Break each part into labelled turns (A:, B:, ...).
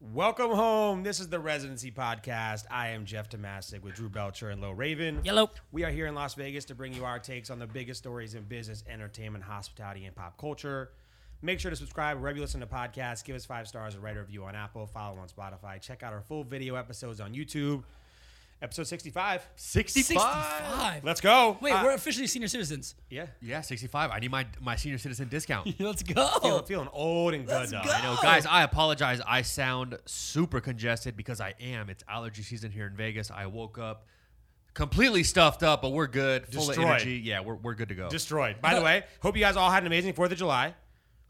A: Welcome home. This is the Residency Podcast. I am Jeff Tomasic with Drew Belcher and Lil Raven.
B: Yellow.
A: We are here in Las Vegas to bring you our takes on the biggest stories in business, entertainment, hospitality, and pop culture. Make sure to subscribe wherever you listen to podcasts. Give us five stars and write a review on Apple. Follow on Spotify. Check out our full video episodes on YouTube. Episode 65.
B: 65.
A: Let's go.
B: Wait,
A: Uh,
B: we're officially senior citizens.
A: yeah.
C: Yeah, 65. I need my my senior citizen discount.
B: Let's go.
A: Feeling, feeling old and good.
B: Let's
A: though.
B: go.
A: I know.
C: No, guys, I apologize. I sound super congested because I am. It's allergy season here in Vegas. I woke up completely stuffed up, but we're good. Full
A: Destroyed.
C: of energy. Yeah, we're, we're good to go.
A: Destroyed. By the way, hope you guys all had an amazing 4th of July.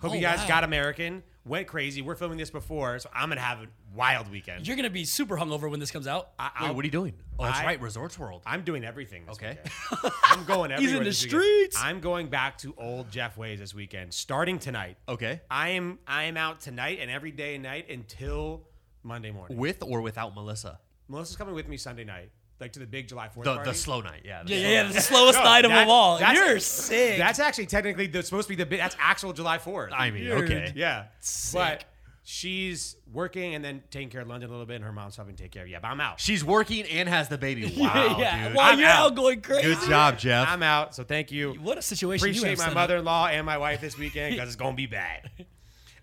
A: Hope
B: Oh,
A: you guys
B: wow.
A: got American. Went crazy. We're filming this before, so I'm going to have a wild weekend.
B: You're gonna be super hungover when this comes out.
A: I,
C: Wait,
A: I'll-
C: what are you doing? Oh, that's
A: I-
C: right. Resorts World.
A: I'm doing everything. This
C: Okay.
A: weekend. I'm going everywhere.
B: the
A: this weekend.
B: streets.
A: I'm going back to old Jeff ways this weekend, starting tonight.
C: okay.
A: I am I am out tonight and every day and night until Monday morning.
C: With or without Melissa?
A: Melissa's coming with me Sunday night, like to the big July Fourth
C: The,
A: party.
C: the slow night. Yeah. the
B: yeah, yeah,
C: slow
B: yeah.
C: night.
B: The slowest
A: No,
B: night of
A: that-
B: them all.
A: that's-
B: You're sick.
A: That's actually technically the, supposed to be the big. That's actual July Fourth.
C: I mean,
B: Weird.
C: okay.
A: Yeah.
B: Sick.
A: But she's working and then taking care of London a little bit, and her mom's helping take care of. Yeah, but I'm out.
C: She's working and has the baby. Wow,
B: yeah, yeah.
C: dude.
B: While
A: I'm
B: you're
A: out.
B: out going crazy.
C: Good job, Jeff.
A: I'm out. So thank you.
B: What a situation. you
A: Appreciate
B: have
A: my
B: set up.
A: mother-in-law and my wife this weekend because it's gonna be bad.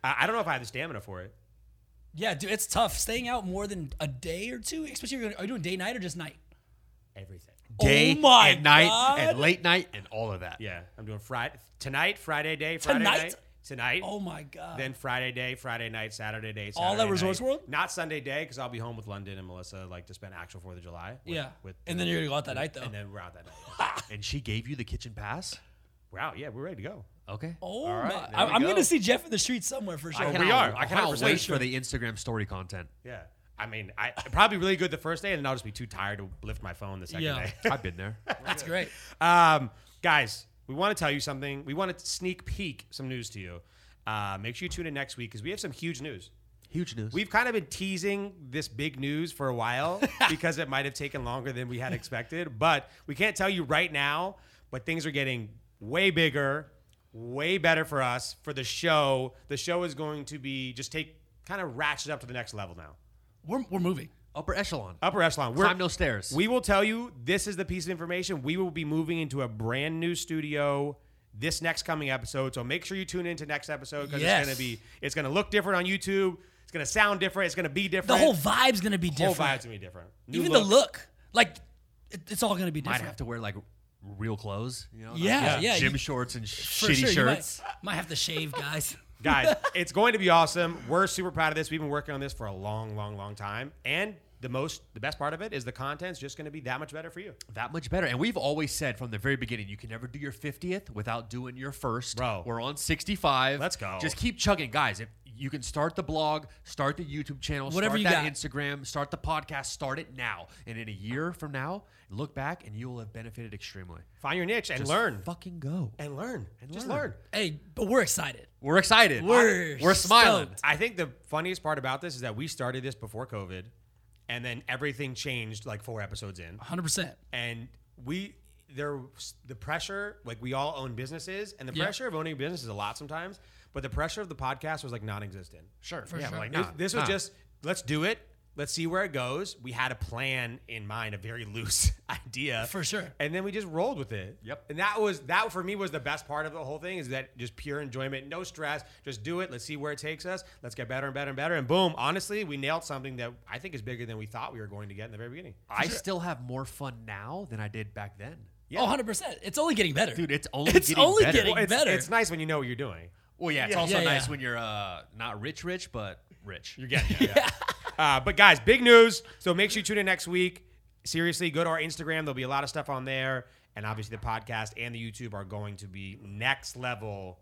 A: Uh, I don't know if I have the stamina for it.
B: Yeah, dude, it's tough staying out more than a day or two. Especially, if you're, are you doing day night or just night?
A: Everything.
C: Day
B: oh my
C: and night
B: God.
C: and late night and all of that.
A: Yeah, I'm doing Friday tonight, Friday day, Friday
B: Tonight?
A: night, tonight.
B: Oh my god.
A: Then Friday day, Friday night, Saturday day. Saturday
B: All at
A: night.
B: Resorts World?
A: Not Sunday day because I'll be home with London and Melissa, like to spend actual Fourth of July. With,
B: yeah.
A: With
B: and then you're gonna go out that night though.
A: and then we're out that night.
C: And she gave you the kitchen pass.
A: We're out. Yeah, we're ready to go.
C: Okay.
B: oh
A: All right,
B: my!
A: there we
B: I, am
A: go.
B: gonna see Jeff in the street somewhere for sure.
C: I
A: we
C: cannot,
A: are.
C: I cannot
A: 100%
C: wait
A: sure.
C: for the Instagram story content.
A: Yeah. I mean, I it'd probably be really good the first day, and then I'll just be too tired to lift my phone the second
B: Yeah.
A: day.
C: I've been there.
B: That's great.
A: um, guys, we want to tell you something. We want to sneak peek some news to you. Uh, make sure you tune in next week because we have some huge news.
C: Huge news.
A: We've kind of been teasing this big news for a while because it might have taken longer than we had expected, but we can't tell you right now. But things are getting way bigger, way better for us for the show. The show is going to be just take kind of ratchet up to the next level now.
B: We're, we're moving.
C: upper echelon.
B: Oh,
A: Upper echelon. We're,
C: Climb no stairs.
A: we will tell you this is the piece of information. We will be moving into a brand new studio this next coming episode. So make sure you tune into next episode because
B: Yes.
A: it's gonna be it's gonna look different on YouTube. It's gonna sound different. It's gonna be different.
B: The whole vibe's gonna be
A: whole
B: different.
A: vibe's gonna be different. New
B: Even the look, like it, it's all gonna be
C: might
B: different.
C: have to wear like real clothes. You know, not
B: Yeah,
C: just
B: yeah,
C: Gym
B: you-
C: shorts and
B: For sure,
C: shitty
B: you might-
C: shirts.
B: Might, have to shave, guys.
A: guys. It's going to be awesome. We're super proud of this. We've been working on this for a long, long, long time. And the most, the best part of it is the content's just gonna be that much better for you,
C: That much better. And we've always said from the very beginning, you can never do your 50th without doing your first.
A: Bro.
C: We're on 65.
A: Let's go.
C: Just keep chugging, guys. If you can start the blog, start the YouTube channel,
B: Whatever
C: start
B: you
C: that
B: got.
C: Instagram, start the podcast, start it now. And in a year from now, look back and you will have benefited extremely.
A: find your niche and
C: Just
A: learn
C: Fucking go.
A: and learn and just
C: learn.
A: learn.
B: hey, but we're excited.
C: We're excited.
B: We're
C: we're smiling.
B: stoked.
A: I think the funniest part about this is that we started this before COVID, and then everything changed like four episodes in,
B: 100. percent
A: and we there was- the pressure like we all own businesses, and the
B: Yeah.
A: pressure of owning a business is a lot sometimes, but the pressure of the podcast was like non-existent.
C: Sure.
B: For
C: yeah,
B: sure.
C: Like,
A: This-
C: nah,
A: this was
C: nah.
A: just let's do it. Let's see where it goes. We had a plan in mind, a very loose idea
B: For sure.
A: and then we just rolled with it.
C: Yep.
A: And that was that for me was the best part of the whole thing is that just pure enjoyment, no stress. Just do it. Let's see where it takes us. Let's get better and better and better. And boom, honestly, we nailed something that I think is bigger than we thought we were going to get in the very beginning.
C: I still have more fun now than I did back then.
A: Yeah.
B: Oh, 100 percent. It's only getting better,
C: Dude, it's only
B: It's
C: getting
B: only
C: better.
B: getting
A: it's,
B: better.
A: it's nice when you know what you're doing.
C: Well, yeah, it's
A: Yeah.
C: also
B: Yeah,
C: nice
B: yeah.
C: when you're uh, not rich, rich, but rich.
A: You're getting it. yeah. Uh, but guys, big news. So make sure you tune in next week. Seriously, go to our Instagram. There'll be a lot of stuff on there. And obviously, the podcast and the YouTube are going to be next level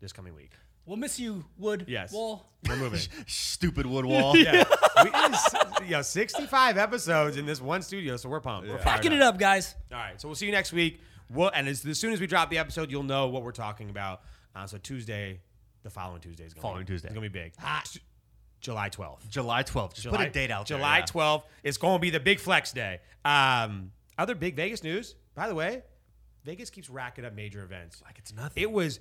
A: this coming week.
B: we'll miss you, Wood.
A: Yes.
B: Wall.
A: We're moving.
C: Stupid wood wall.
A: Yeah. we, it's, yo, 65 episodes in this one studio, so we're pumped. We're fired
B: Packing it up, guys.
A: All right, so we'll see you next week. We'll, and as, as soon as we drop the episode, you'll know what we're talking about. Uh, so Tuesday, the following Tuesday is going
C: Following Tuesday.
A: It's going to be big. T- July 12th.
C: July 12th. Just
A: July,
C: put a date out there,
A: July
C: yeah.
A: 12th. It's going to be the big flex day. Um, other big Vegas news, by the way, Vegas keeps racking up major events.
C: Like it's nothing.
A: It was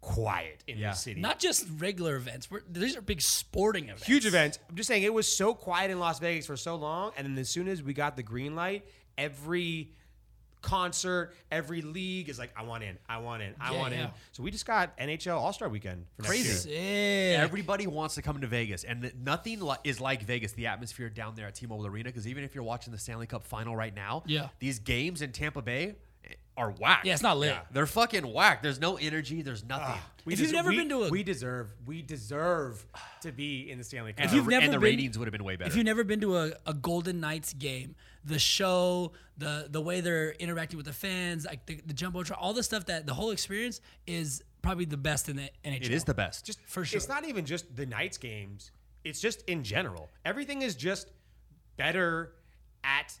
A: quiet in
C: Yeah.
A: the city.
B: Not just regular events. We're, these are big sporting events.
A: huge events. I'm just saying it was so quiet in Las Vegas for so long, and then as soon as we got the green light, every concert, every league is like, I want in, I want in, I
B: Yeah,
A: want in.
B: yeah.
A: So we just got NHL All Star Weekend. For next year.
C: Crazy.
B: Sick.
C: Everybody wants to come to Vegas, and th- nothing li- is like Vegas. The atmosphere down there at T-Mobile Arena, because even if you're watching the Stanley Cup Final right now,
B: Yeah.
C: these games in Tampa Bay eh, are whack.
B: Yeah, it's not lit.
C: They're fucking whack. There's no energy. There's nothing.
A: We
B: If you've never
A: we-
B: been to a-
A: we deserve, we deserve to be in the Stanley Cup.
C: and
B: If
C: the,
B: you've
C: ra- and
B: never
C: the
B: been-
C: ratings would have been way better.
B: If you've never been to a, a Golden Knights game, the show, the the way they're interacting with the fans, like the, the jumbotron, all the stuff that the whole experience is probably the best in the NHL.
C: it is the best.
A: just
B: For
A: It's
B: sure.
A: not even just the Knights games. It's just in general. Everything is just better at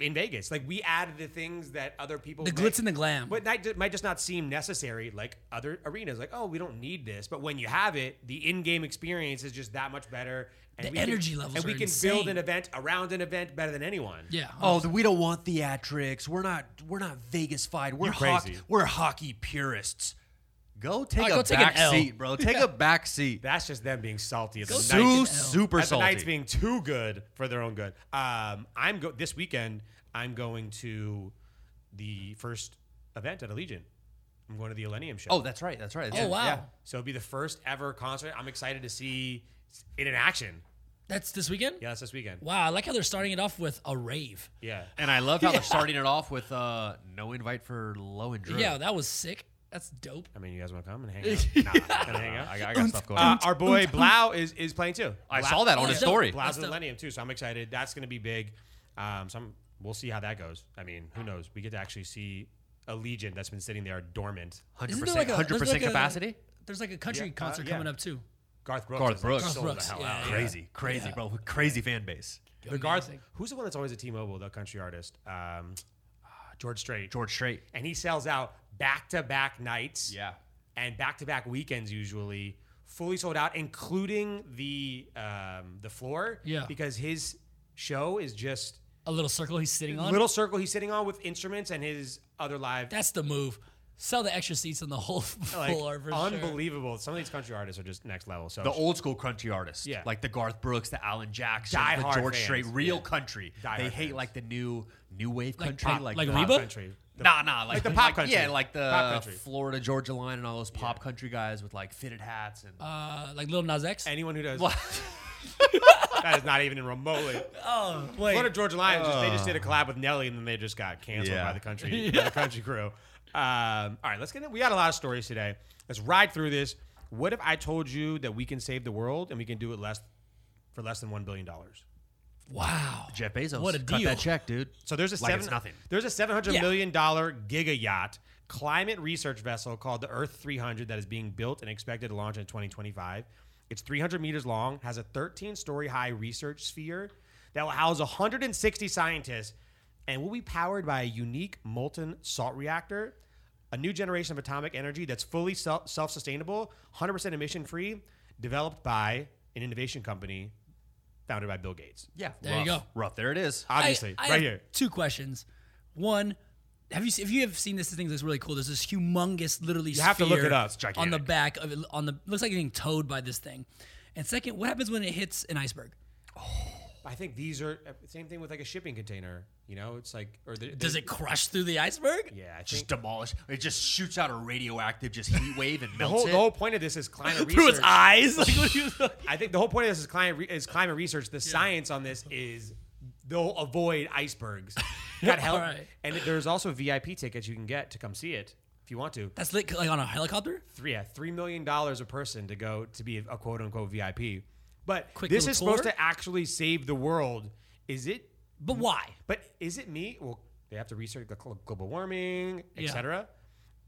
A: in Vegas. Like we add the things that other people
B: the
A: may-
B: glitz and the glam.
A: but might, might just not seem necessary like other arenas. Like, oh, we don't need this. But when you have it, the in-game experience is just that much better. And
B: The
A: can-
B: energy levels
A: and we
B: are
A: can build
B: insane.
A: an event around an event better than anyone.
B: yeah.
C: Oh, th- we don't want theatrics. We're not. We're not Vegas fied. We're
A: You're
C: hockey.
A: crazy.
C: We're hockey purists. Go take
B: Alright,
C: a
B: go take an
C: back
B: L.
C: seat, bro. Take a back seat.
A: That's just them being salty. At the
C: Su-
A: Knights.
C: super
A: at the
C: salty.
A: Knights being too good for their own good. Um, I'm go this weekend. I'm going to the first event at Allegiant. I'm going to the Millennium Show.
C: oh, that's right. That's right.
B: Oh, wow.
A: so it'll be the first ever concert. I'm excited to see it in action.
B: That's this weekend?
A: Yeah, that's this weekend.
B: Wow, I like how they're starting it off with a rave.
A: Yeah.
C: And I love how they're starting it off with uh, no invite for Low and
A: Mm.
C: Drew.
B: Yeah, that was sick. That's dope.
A: I mean, you guys want to come and hang out? nah, gonna hang out.
C: I got, I got stuff going.
A: Uh,
C: on.
A: our boy Blau is is playing too.
C: I
A: Blau-
C: saw that on
B: Yeah.
C: his story.
A: Blau's
B: That's
A: at
B: dope.
A: Millennium too, so I'm excited. That's going to be big. Um, so I'm, we'll see how that goes. I mean, who knows? We get to actually see a legion that's been sitting there dormant.
C: Hundred
B: Isn't there
C: percent.
B: like a-
C: Hundred
B: there's
C: percent
B: like a-
C: capacity.
B: There's like a country
A: Yeah, uh,
B: concert
A: yeah.
B: coming up too.
A: Garth Brooks.
C: Garth
A: is
C: Brooks.
A: sold
B: Garth Brooks,
A: The hell
B: yeah,
A: out.
B: yeah.
C: Crazy, crazy, bro. Crazy fan base.
A: The Garth.
B: Amazing.
A: Who's the one that's always at T-Mobile? The country artist, um, ah, George Strait.
C: George Strait.
A: And he sells out back to back nights.
C: Yeah.
A: And back to back weekends usually fully sold out, including the um, the floor.
B: Yeah.
A: Because his show is just
B: A little circle he's sitting on.
A: little circle he's sitting on with instruments and his other live.
B: That's the move. Sell the extra seats on the whole
A: like,
B: floor for sure.
A: unbelievable. Some of these country artists are just next level. So
C: The old school country artists,
A: Yeah.
C: like the Garth Brooks, the Alan Jackson,
A: Die
C: the
A: hard
C: George Strait,
A: fans,
C: real
A: yeah.
C: country.
A: Die
C: they
A: hard
C: hate
A: fans.
C: like the new new wave country,
B: pop-
C: like
B: like
C: the-
A: pop
B: Reba?
A: country. The-
C: nah, nah, like,
A: the pop
C: like-
A: country.
C: yeah,
A: Pop
C: like the
A: country.
C: Florida Georgia line and all those pop country guys with like fitted hats and
B: Uh, like Little Nas X.
A: Anyone who does that is not even remotely.
B: Oh wait,
A: Florida Georgia Lions just they just did a collab with Nelly and then they just got canceled
C: uh. Yeah.
A: by the country by the country crew. Um, all right, let's get in. We got a lot of stories today. Let's ride through this. What if I told you that we can save the world and we can do it less for less than one billion dollars?
B: wow.
C: Jeff Bezos.
B: What a
C: cut
B: deal.
C: that check, dude.
A: So there's a
C: Like
A: seven,
C: it's nothing.
A: There's a seven hundred
B: Yeah.
A: million dollar giga yacht climate research vessel called the Earth 300 that is being built and expected to launch in 2025. It's 300 meters long, has a 13 story high research sphere that will house 160 scientists, and will be powered by a unique molten salt reactor, a new generation of atomic energy that's fully self sustainable, 100% emission free, developed by an innovation company founded by Bill Gates.
C: Yeah,
B: There you
C: rough,
B: go.
C: Rough. There it is.
B: I-
A: Obviously,
B: I
A: right
B: have
A: here.
B: Two questions. One, have you se- if you have seen this? This thing looks really cool. There's this humongous, literally.
A: You have to look
B: sphere
A: it up. It's
B: on the
A: gigantic.
B: back of it. On the looks like it's getting towed by this thing. And second, what happens when it hits an iceberg?
A: I think these are uh, same thing with like a shipping container. You know, it's like or the,
B: Does
A: the-
B: it crush through the iceberg?
A: Yeah, I
C: just
A: think
C: demolish. It just shoots out a radioactive just heat wave and
A: the
C: melts
A: whole
C: it.
A: the whole point of this is climate
B: Through its
A: research.
B: eyes? Like, what do you-
A: I think the whole point of this is climate re- is climate research. The science on this is they'll avoid icebergs. That help.
B: Alright.
A: And there's also VIP tickets you can get to come see it if you want to.
B: That's lit like on a helicopter.
A: Three, yeah, three million dollars a person to go to be a, quote unquote VIP. But
B: Quick
A: this
B: little
A: is supposed
B: tour?
A: to actually save the world. Is it
B: But why?
A: But is it me? Well, they have to research the gl- global warming,
B: Yeah.
A: et cetera,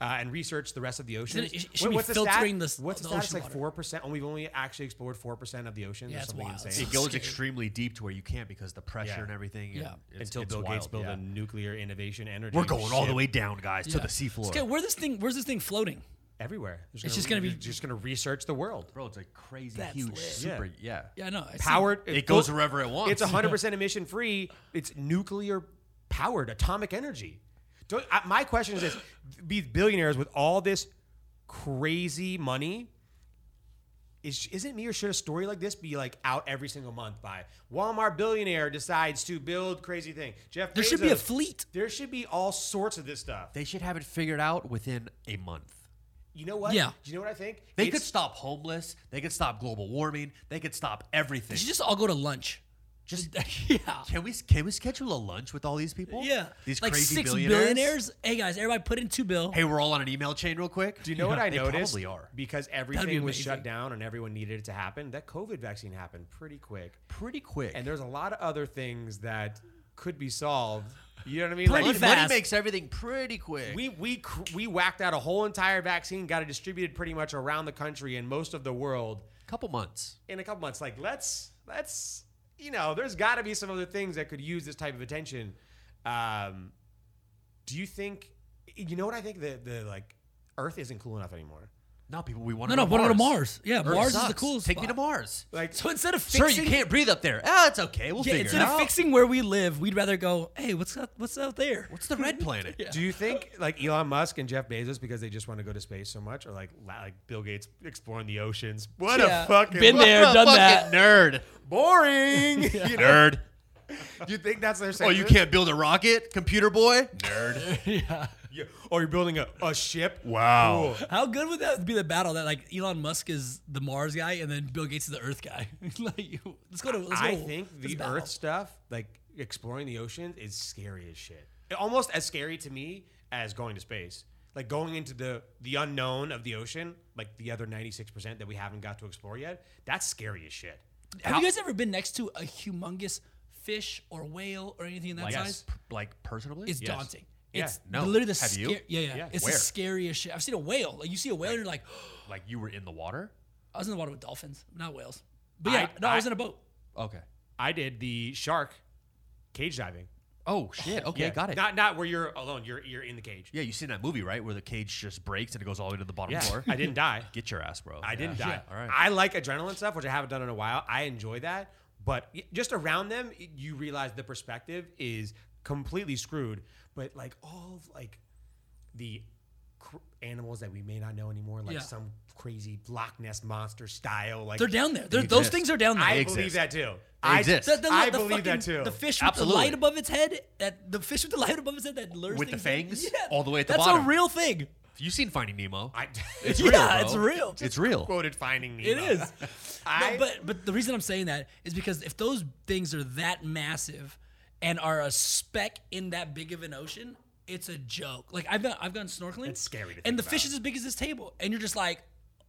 A: uh, and research the rest of the
B: it-
A: oceans.
B: it should be filtering the s-
A: What's
B: the
A: the, status?
B: ocean
A: Like
B: water.
A: four percent. Only we've only actually explored four percent of the oceans.
B: Yeah,
A: or
B: it's
A: something
B: wild.
A: insane.
C: it goes
B: Scary.
C: extremely deep to where you can't because the pressure
A: Yeah.
C: and everything. and
B: Yeah.
C: it's-
A: Until
C: it's
A: Bill Gates
C: wild,
A: built
C: yeah.
A: a nuclear innovation energy.
C: We're going all the
A: ship
C: way down, guys,
B: Yeah.
C: to the seafloor.
B: Okay, where this thing? Where's this thing floating?
A: everywhere. It's
B: just gonna be-
A: just going to research the world.
C: Bro, it's a crazy
B: That's
C: huge
B: lit.
C: super.
A: Yeah.
C: Yeah.
B: Yeah, I know. I see-
A: Powered.
C: It goes wherever it wants.
A: It's 100% emission free. It's nuclear powered atomic energy. Don't, I, my question is this: These billionaires with all this crazy money. Is, is it me or should a story like this be like out every single month by Walmart billionaire decides to build crazy thing? Jeff,
B: There should be a
A: Bezos.
B: fleet.
A: There should be all sorts of this stuff.
C: They should have it figured out within a month.
A: You know what?
B: Yeah.
A: Do you know what I think?
C: They
A: It's-
C: could stop homeless. They could stop global warming. They could stop everything.
B: You should just all go to lunch.
C: Just
B: yeah.
C: can we can we schedule a lunch with all these people?
B: Yeah.
C: these
B: like
C: crazy
B: six
C: billionaires?
B: Hey guys, everybody put in two bill.
C: Hey, we're all on an email chain real quick.
A: Do you know what I
C: they
A: noticed?
C: Probably are.
A: Because everything was shut
B: amazing.
A: down and everyone needed it to happen. That COVID vaccine happened pretty quick.
C: Pretty quick.
A: And there's a lot of other things that could be solved. You know what I mean?
B: Pretty
C: money,
A: Like,
B: fast.
C: money makes everything pretty quick.
A: we we cr- we whacked out a whole entire vaccine, got it distributed pretty much around the country and most of the world
C: couple months.
A: in a couple months. Like let's let's you know, there's got to be some other things that could use this type of attention. Um, do you think? You know what I think? The the like Earth isn't cool enough anymore.
C: No, people, we want
B: No,
C: to
B: no,
C: go
B: wanna go
C: to
B: to Mars. Yeah,
C: Earth
B: Mars is the
C: sucks.
B: coolest
C: Take me to
B: spot.
C: Mars.
A: Like
B: So instead of
C: Sir,
B: fixing,
C: you can't breathe up there. Ah, it's okay. We'll
B: yeah,
C: figure
B: instead
C: it
B: of
C: out.
B: fixing where we live, we'd rather go. Hey, what's up? What's out there?
C: What's the red planet?
B: Yeah.
A: Do you think like Elon Musk and Jeff Bezos because they just want to go to space so much, or like la- like Bill Gates exploring the oceans? What
B: Yeah,
A: a fucking
B: been
A: what
B: there,
A: a
B: done
A: fucking
B: that.
C: Nerd.
A: boring. you know,
C: Nerd.
A: do you think that's their?
C: Oh, you
A: sentiment?
C: can't build a rocket, computer boy? Nerd.
B: yeah.
A: Yeah. Or oh, you're building a, a ship.
C: Wow.
A: Cool.
B: How good would that be? The battle that like Elon Musk is the Mars guy and then Bill Gates is the Earth guy. like, you- let's go to. Let's
A: I
B: go to-
A: think
B: let's
A: the
B: battle.
A: Earth stuff, like exploring the oceans, is scary as shit. Almost as scary to me as going to space. Like going into the the unknown of the ocean, like the other ninety six percent that we haven't got to explore yet. That's scary as shit.
B: Have you guys ever been next to a humongous fish or whale or anything in that
C: Like,
B: size?
C: p- like personally?
B: It's
C: Yes.
B: daunting.
A: Yeah,
B: It's
C: no.
B: literally the
C: Have you?
B: scar- Yeah, yeah.
A: Yeah.
B: It's
C: Where?
B: the scariest shit. I've seen a whale. Like you see a whale, and you're like,
C: Like you were in the water?
B: I was in the water with dolphins, not whales. But yeah,
A: I-
B: no, I, was
A: I-
B: in a boat.
C: Okay.
A: I did the shark cage diving.
C: Oh shit. Okay, got it.
A: Not not where you're alone. You're you're in the cage.
C: yeah, you seen that movie, right? Where the cage just breaks and it goes all the way to the bottom floor.
A: I didn't die.
C: Get your ass, bro.
A: I didn't die.
C: All right.
A: I like adrenaline stuff, which I haven't done in a while. I enjoy that, but y- just around them, y- you realize the perspective is completely screwed. But like all of, like the cr- animals that we may not know anymore, like
B: Yeah.
A: some crazy Loch Ness monster style, like
B: They're down there. They're, those
C: exist.
B: things are down there.
A: I
C: They
A: believe
C: exist.
A: that too.
C: They
A: I
C: exist.
B: The- the-
A: I
B: the
A: believe that
B: fucking-
A: too.
B: The fish with
C: Absolutely.
B: the light above its head. That the fish with the light above its head that lures
C: With the
B: things in.
C: fangs all the way at the
B: that's
C: bottom.
B: a real thing.
C: You seen Finding Nemo?
A: I
C: it's
B: yeah,
C: real, bro.
B: it's real.
C: It's real.
A: quoted Finding Nemo.
B: It is.
A: I-
B: no, but but the reason I'm saying that is because if those things are that massive and are a speck in that big of an ocean, it's a joke. Like I've gone, I've gone snorkeling.
A: It's scary to
B: and
A: think
B: the fish
A: about.
B: is as big as this table, and you're just like,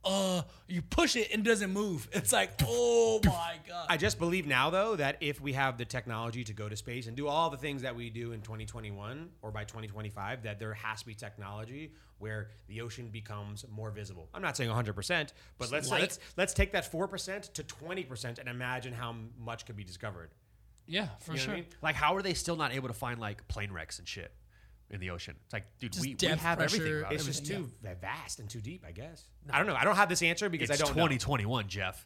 B: uh, you push it and it doesn't move. It's like, oh my god.
A: I just believe now, though, that if we have the technology to go to space and do all the things that we do in 2021 or by 2025, that there has to be technology where the ocean becomes more visible. I'm not saying 100, percent but let's
B: light.
A: let's let's take that four percent to 20 percent and imagine how m- much could be discovered.
B: yeah, for
A: You know
B: sure.
A: what I mean?
C: Like, how are they still not able to find like plane wrecks and shit in the ocean? It's like, dude,
B: Just
C: we, we
B: depth,
C: have
B: pressure,
C: everything. Bro.
A: It's
C: It's,
A: just too va- vast and too deep, I guess. I don't know. I don't have this answer because I don't. know.
C: 2021, Jeff.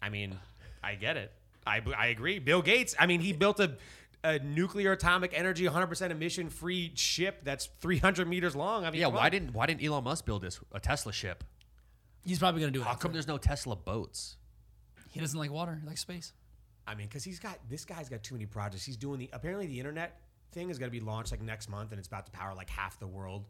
A: I mean, I get it. I, I agree. Bill Gates, I mean, he built a, a nuclear atomic energy 100% emission free ship that's 300 meters long. I mean,
C: Yeah,
A: come
C: why
A: on.
C: didn't why didn't Elon Musk build this a Tesla ship?
B: He's probably gonna do
C: How
B: it.
C: come there's no Tesla boats?
B: He doesn't like water, he likes space.
A: I mean, because he's got this guy's got too many projects. He's doing the apparently the internet thing is going to be launched like next month and it's about to power like half the world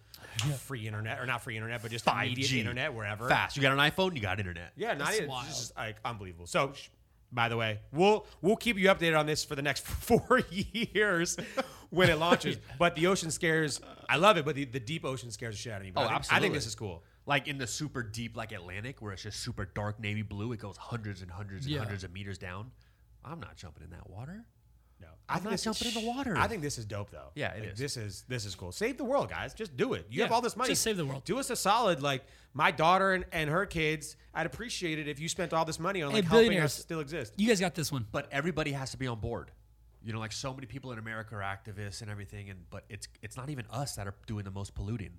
A: free internet or not free internet but just 5 immediate
C: 5G.
A: internet wherever
C: Fast. You got an iPhone, you got internet.
A: yeah not
B: That's
A: even,
B: wild.
A: it's just like unbelievable so sh- by the way we'll we'll keep you updated on this for the next four years when it launches but the ocean scares i love it but the, the deep ocean scares the shit out of me but I
C: Oh,
A: think, I think this
C: absolutely.
A: is cool
C: Like in the super deep, like Atlantic, where it's just super dark navy blue, it goes hundreds and hundreds and
B: Yeah.
C: hundreds of meters down. I'm not jumping in that water.
A: No,
C: I'm not jumping in the water.
A: I think this is dope though.
C: Yeah, it
A: Like,
C: is.
A: This is this is cool. Save the world, guys. Just do it. You have
B: Yeah,
A: all this money.
B: just save the world.
A: Do us a solid. Like my daughter and, and her kids, I'd appreciate it if you spent all this money on
B: Hey,
A: like helping us
B: billionaires.
A: still exist.
B: You guys got this one.
C: But everybody has to be on board. You know, like so many people in America are activists and everything, and but it's it's not even us that are doing the most polluting.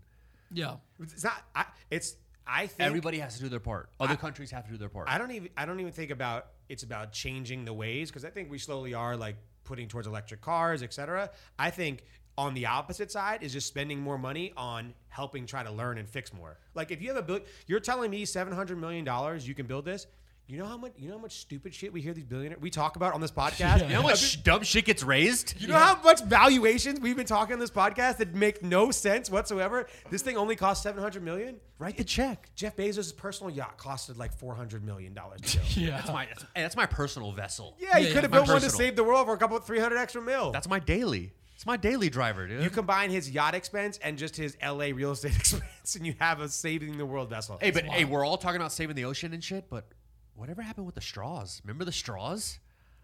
B: Yeah.
A: It's not. I, it's. I think
C: Everybody has to do their part. Other countries have to do their part.
A: I don't even. I don't even think about. It's about changing the ways because I think we slowly are like putting towards electric cars, etc. I think on the opposite side is just spending more money on helping try to learn and fix more. Like if you have a bill, you're telling me seven hundred million dollars you can build this. You know how much you know how much stupid shit we hear these billionaires we talk about on this podcast.
C: You know how much sh- dumb shit gets raised?
A: You know how much valuations we've been talking on this podcast that make no sense whatsoever. This thing only costs seven hundred million. Write the check. Jeff Bezos' personal yacht costed like four hundred million dollars.
B: Yeah.
C: That's my that's, hey, that's my personal vessel.
A: yeah, you
B: Yeah,
A: could have
B: yeah.
A: built one to
C: Personal.
A: save the world for a couple three hundred extra mil.
C: That's my daily. It's my daily driver, dude.
A: you combine his yacht expense and just his LA real estate expense, and you have a saving the world vessel.
C: hey, but hey, we're all talking about saving the ocean and shit, but whatever happened with the straws? Remember the straws?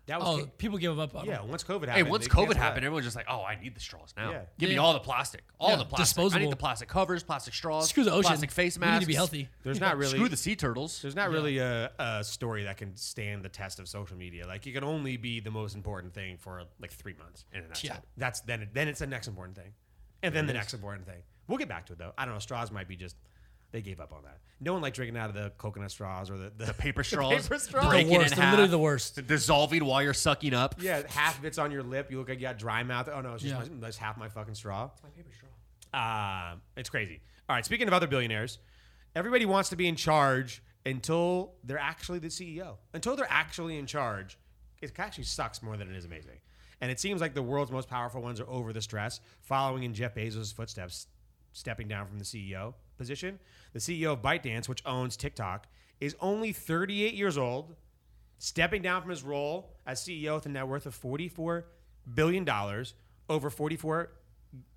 A: that was
B: Oh, people give up on
A: yeah.
B: it.
A: Once COVID happened,
C: Hey, once
A: they
C: COVID
A: canceled that.
C: happened, everyone's just like, "Oh, I need the straws now.
A: Yeah.
C: Give me
B: Yeah.
C: all the plastic, all
B: Yeah,
C: the plastic. I
B: disposable.
C: need the plastic covers, plastic straws,
B: Screw the ocean.
C: plastic face
B: We
C: masks.
B: need to be healthy.
A: There's not really
C: Screw the sea turtles.
A: There's not really a, a story that can stand the test of social media. Like it can only be the most important thing for like three months, and then that's
B: Yeah.
A: it. That's then then it's the next important thing, and then the next important thing. We'll get back to it though. I don't know. Straws might be just they gave up on that. No one liked drinking out of the coconut straws or the the,
C: Paper straws.
A: paper straws.
C: breaking
B: The worst.
C: in
B: They're
C: half,
B: literally the worst.
C: Dissolving while you're sucking up.
A: Yeah, half of it's on your lip. You look like you got dry mouth. Oh no, it's just
B: Yeah.
A: my, that's half my fucking straw. It's my paper straw. Um, it's crazy. All right, speaking of other billionaires, everybody wants to be in charge until they're actually the CEO. Until they're actually in charge, it actually sucks more than it is amazing. And it seems like the world's most powerful ones are over the stress, following in Jeff Bezos' footsteps, stepping down from the CEO position. The CEO of ByteDance, which owns TikTok, is only 38 years old stepping down from his role as CEO with a net worth of $44 billion over 44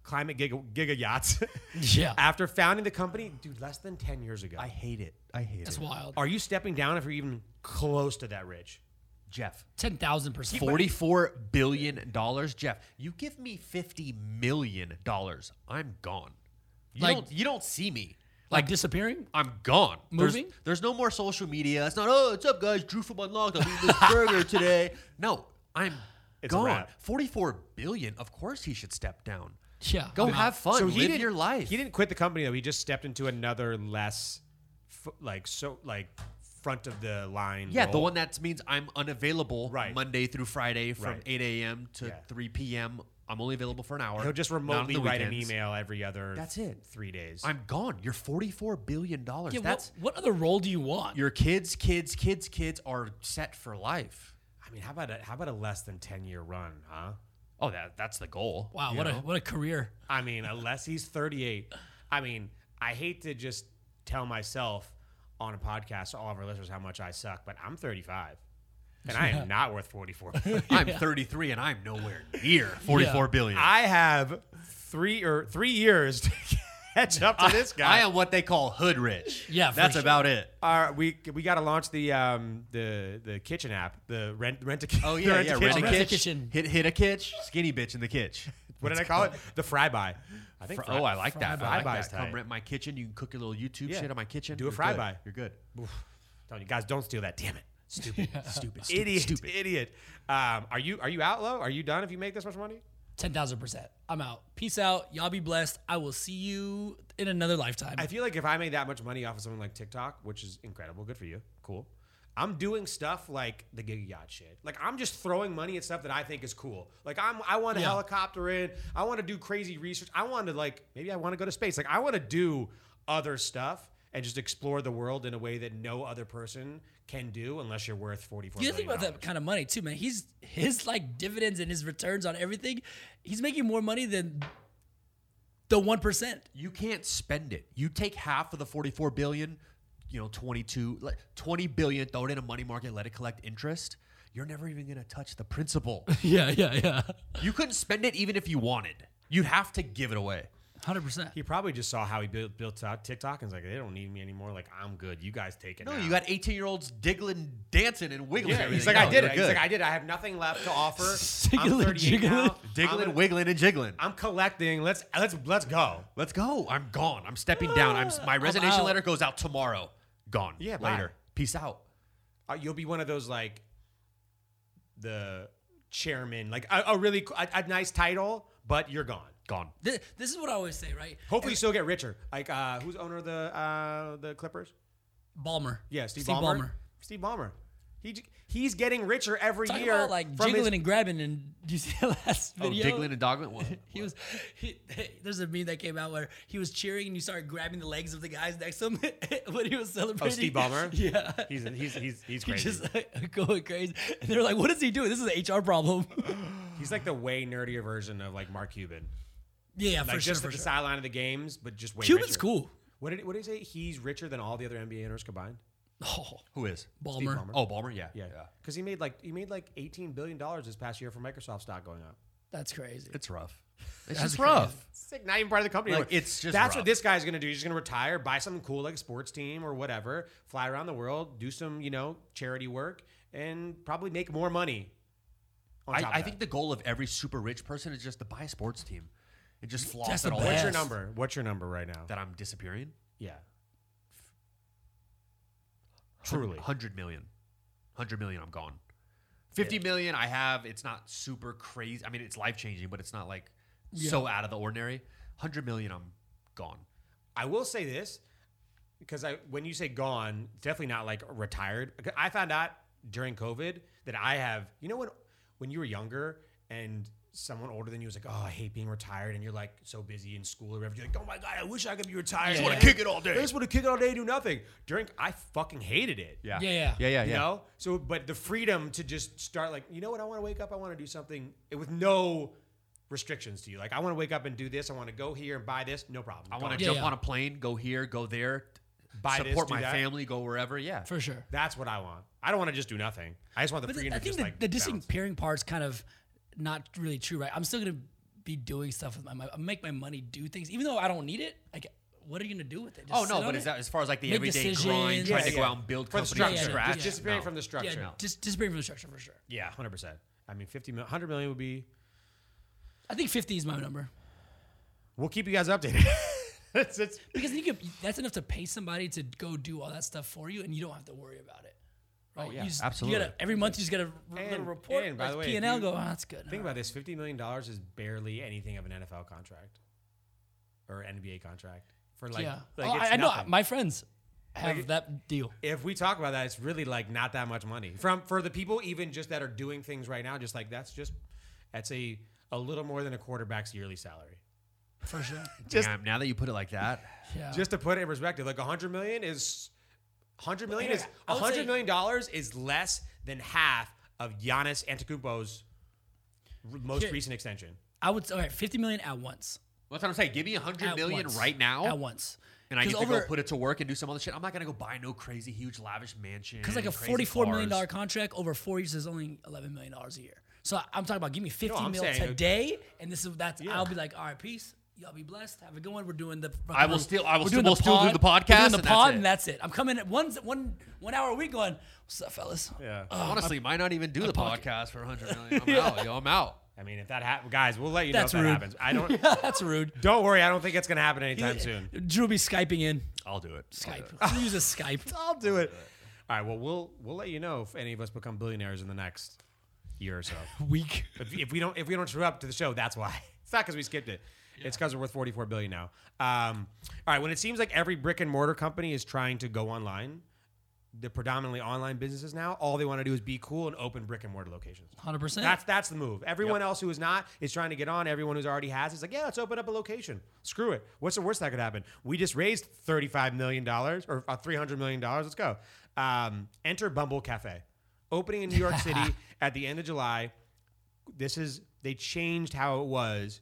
A: climate giga, giga yachts
B: Yeah.
A: after founding the company, dude, less than 10 years ago.
C: I hate it. I hate
B: That's
C: it.
B: wild.
A: Are you stepping down if you're even close to that rich?
C: Jeff.
B: Ten thousand percent.
C: Forty-four billion dollars, Jeff. You give me fifty million dollars, I'm gone. You
B: Like-
C: don't. You don't see me.
B: Like disappearing?
C: I'm gone. There's-
B: Moving?
C: There's, no more social media. It's not. Oh, what's up, guys? Drew from Unlocked. I'm eating this burger today. No, I'm
A: It's a
C: gone.
A: wrap.
C: Forty-four billion. Of course, he should step down.
B: Yeah.
C: Go have fun. live
A: didn't-
C: your life.
A: He didn't quit the company though. He just stepped into another less, f- like so, like front of the line.
C: Yeah, the
A: role.
C: one that means I'm unavailable
A: Right.
C: Monday through Friday from
A: Right.
C: 8 a.m. to
A: Yeah.
C: 3 p.m. I'm only available for an hour.
A: He'll just
C: Not on
A: remotely
C: the
A: write an
C: weekends.
A: email every other.
C: That's it.
A: Three days.
C: I'm gone. You're 44 billion dollars.
B: Yeah,
C: That's
B: what, what other role do you want?
C: your kids, kids, kids, kids are set for life.
A: I mean, how about a, how about a less than 10 year run, huh?
C: Oh, that that's the goal.
B: wow,
C: you
B: what a
C: know?
B: what a career.
A: I mean, unless he's 38. I mean, I hate to just tell myself on a podcast to all of our listeners how much I suck, but I'm 35. And I am not worth 44.
C: I'm 33 and I'm nowhere near 44 billion.
A: I have three or three years to catch up to this guy.
C: I am what they call hood rich.
B: Yeah, for
C: that's
B: sure.
C: about it.
A: Our- we we got to launch the um the the kitchen app, the rent rent a
C: Oh yeah, yeah. Rent a
B: Rent a
C: kitch,
B: kitchen.
C: hit hit a kitch, skinny bitch in the kitch.
A: What did I call it? The fry by. I think.
C: Fr- oh, I like that.
A: fry
C: I like
A: by
C: that.
A: is tight.
C: Come rent my kitchen. You can cook your little YouTube
A: Yeah.
C: shit on my kitchen.
A: Do a
C: You're
A: fry
C: good.
A: by.
C: You're good.
A: Telling you guys, don't steal that. Damn it. Stupid, stupid, stupid, idiot, idiot. Um, are you are you out low? Are you done if you make this much money?
B: Ten thousand percent. I'm out. Peace out. Y'all be blessed. I will see you in another lifetime.
A: I feel like if I made that much money off of something like TikTok, which is incredible, good for you, cool. I'm doing stuff like the Giga Yacht shit. Like I'm just throwing money at stuff that I think is cool. Like I'm, I want to
B: Yeah.
A: helicopter in. I want to do crazy research. I want to like maybe I want to go to space. Like I want to do other stuff and just explore the world in a way that no other person can do unless you're worth forty four.
B: you think about that kind of money too, man. He's his like dividends and his returns on everything. He's making more money than the one percent.
C: You can't spend it. You take half of the 44 billion, you know, 22, like 20 billion, throw it in a money market, let it collect interest. You're never even gonna touch the principal.
B: Yeah, yeah, yeah.
C: you couldn't spend it even if you wanted. You'd have to give it away.
B: Hundred percent.
A: He probably just saw how he built, built out TikTok and was like, they don't need me anymore. Like I'm good. You guys take it.
C: No,
A: now.
C: you got 18 year olds diggling, dancing, and wiggling.
A: Yeah,
C: everything.
A: he's like, I
C: No,
A: did
C: you're
A: it. He's like,
C: good.
A: I did. it. I have nothing left to offer. I'm
B: Jiggling,
A: 38
B: jiggling.
A: now.
C: diggling,
A: I'm,
C: wiggling, and jiggling.
A: I'm collecting. Let's let's let's go.
C: Let's go. I'm gone. I'm stepping down. I'm my resignation
B: out.
C: letter goes out tomorrow. Gone.
A: Ah, Yeah, bye.
C: later. Peace out.
A: Uh, you'll be one of those like the chairman, like a, a really a, a nice title, but you're gone.
C: Gone.
B: This, this is what I always say, right?
A: Hopefully, you still get richer. Like uh, who's owner of the uh, the Clippers?
B: Ballmer.
A: Yeah, Steve, Ballmer. Steve Ballmer. He He j- he's getting richer every
B: Talk
A: year.
B: about like
A: from
B: jiggling
A: his-
B: and grabbing. And do you see the last
C: Oh,
B: video?
C: Diglin and Doglin. Well,
B: He was. He, there's a meme that came out where he was cheering and you started grabbing the legs of the guys next to him when he was celebrating.
A: Oh, Steve Ballmer?
B: Yeah.
A: he's he's he's he's
B: He
A: crazy.
B: just like, going crazy. And they're like, "What is he doing? This is an HR problem."
A: he's like the way nerdier version of like Mark Cuban.
B: yeah, yeah,
A: Like
B: for sure.
A: just
B: For
A: at the
B: sure.
A: sideline of the games, but just way
B: Cuban's
A: richer.
B: cool.
A: What did what did he say? He's richer than all the other NBA owners combined.
B: Oh,
C: who is?
B: Ballmer.
A: Ballmer.
C: Oh, Balmer. Yeah.
A: Yeah, because he made like he made like eighteen billion dollars this past year for Microsoft stock going up.
B: That's crazy.
C: It's rough. It's
B: That's
C: just
B: crazy.
C: rough.
A: Sick, not even part of the company.
C: Like,
A: anymore.
C: it's just
A: that's
C: rough.
A: what this guy's gonna do. He's just gonna retire, buy something cool like a sports team or whatever, fly around the world, do some you know charity work, and probably make more money. On top
C: I, I
A: of
C: think
A: that.
C: the goal of every super rich person is just to buy a sports team and just floss
B: Just
C: it
B: the
C: all.
A: What's
B: best.
A: your
B: Yes.
A: number? What's your number right now?
C: That I'm disappearing.
A: yeah. Truly.
C: Hundred million. Hundred million. I'm gone. Fifty million I have. It's not super crazy. I mean, it's life changing, but it's not like so out of the ordinary. Hundred million. I'm gone.
A: I will say this because I when you say gone, definitely not like retired. I found out during COVID that I have you know when when you were younger and someone older than you was like, oh, I hate being retired, and you're like so busy in school or whatever. You're like, oh my god, I wish I could be retired. I just
C: wanna kick it all day."
A: I just want to kick it all day, do nothing. During I fucking hated it.
C: Yeah.
B: Yeah, yeah.
C: Yeah. Yeah.
A: You
C: yeah.
A: know, so but the freedom to just start like, you know what, I want to wake up, I want to do something with no restrictions to you. Like, I want to wake up and do this, I want to go here and buy this, no problem.
C: I want
A: Gone.
C: to
B: Yeah,
C: jump
B: yeah.
C: on a plane, go here, go there,
A: Buy this,
C: support
A: do
C: my
A: that.
C: family, go wherever. Yeah.
B: for sure.
A: That's what I want. I don't want to just do nothing. I just want the
B: But
A: freedom
B: I
A: to
B: think
A: just
B: the,
A: like
B: the
A: bounce.
B: disappearing part's kind of not really true, right? I'm still gonna be doing stuff with my, my make my money do things, even though I don't need it. Like, what are you gonna do with it? Just
C: Oh
B: sit
C: no,
B: on
C: but
B: it?
C: is that as far as like the
B: Make
C: everyday grind,
B: decisions.
C: trying
B: Yeah,
C: to go
A: yeah.
C: out and build
A: from the
C: companies
A: structure.
C: from
B: yeah,
C: scratch?
A: Just
B: yeah.
A: disappearing
C: No.
A: from the
B: yeah,
A: structure.
B: just disappearing from the structure for sure.
A: Yeah, hundred percent. I mean, 50 mil, 100 million would be.
B: I think 50 is my number
A: We'll keep you guys updated. it's, it's,
B: because you could, that's enough to pay somebody to go do all that stuff for you, and you don't have to worry about it. Right?
A: Oh, yeah,
B: you just,
C: absolutely.
B: You gotta, every month you just get a r- little
A: And-
B: report,
A: and by
B: like
A: the way, if
B: P and L.
A: you-
B: Go, oh, that's good.
A: think about this: fifty million dollars is barely anything of an NFL contract or NBA contract for like.
B: yeah,
A: like
B: oh,
A: it's
B: I, I know
A: nothing.
B: my friends have
A: Like-
B: that deal.
A: if we talk about that, it's really like not that much money from for the people even just that are doing things right now. Just like that's just that's a a little more than a quarterback's yearly salary.
B: For sure.
A: Just-
C: Damn, now that you put it like that,
B: Yeah.
A: Just to put it in perspective, like 100 million is 100 million is
B: I would
A: 100
B: say-
A: million dollars is less than half of Giannis Antetokounmpo's r- most
B: Here-
A: recent extension.
B: I would all right, 50 million at once.
C: that's what I'm saying. Give me a hundred
B: At
C: million
B: once.
C: right now,
B: At once.
C: and I get
B: Because
C: to
B: over,
C: go put it to work and do some other shit. I'm not gonna go buy no crazy huge lavish mansion.
B: because like a
C: crazy
B: forty-four million dollar
C: cars.
B: contract over four years is only eleven million dollars a year. So I'm talking about give me fifty
A: I'm
B: mil
A: saying-
B: today, and this is that's I'll be like, all right, peace. Y'all be blessed. Have a good one. We're doing the.
C: I will still- I will
B: we're
C: still-
B: doing the
C: we'll still do
B: pod-
C: the
B: We're
C: podcast
B: doing the
C: and that's
B: pod,
C: it.
B: and that's it. I'm coming at one one one hour a week. Going, what's up, fellas?
A: Yeah.
C: Honestly, might not even do the
B: pocket-
C: podcast for a hundred million. I'm out, yo. I'm out.
A: I mean, if that happens, guys, we'll let you
B: That's
A: know if that
B: rude.
A: happens. I don't.
B: that's rude.
A: Don't worry, I don't think it's gonna happen anytime soon.
B: Drew will be skyping in.
C: I'll do it.
B: Skype. We'll use a Skype.
A: I'll do it. All right. Well, we'll we'll let you know if any of us become billionaires in the next year or so.
B: Week.
A: if, if we don't if we don't show up to the show, that's why. It's not because we skipped it. It's because we're worth 44 billion now. Um, all right. When it seems like every brick and mortar company is trying to go online, the predominantly online businesses now, all they want to do is be cool and open brick and mortar locations.
B: Hundred percent.
A: That's that's the move. Everyone else who is not is trying to get on. Everyone who's already has is like, yeah, let's open up a location. Screw it. What's the worst that could happen? We just raised thirty-five million dollars or uh, three hundred million dollars. Let's go. Um, enter Bumble Cafe, opening in New York City at the end of July. This is they changed how it was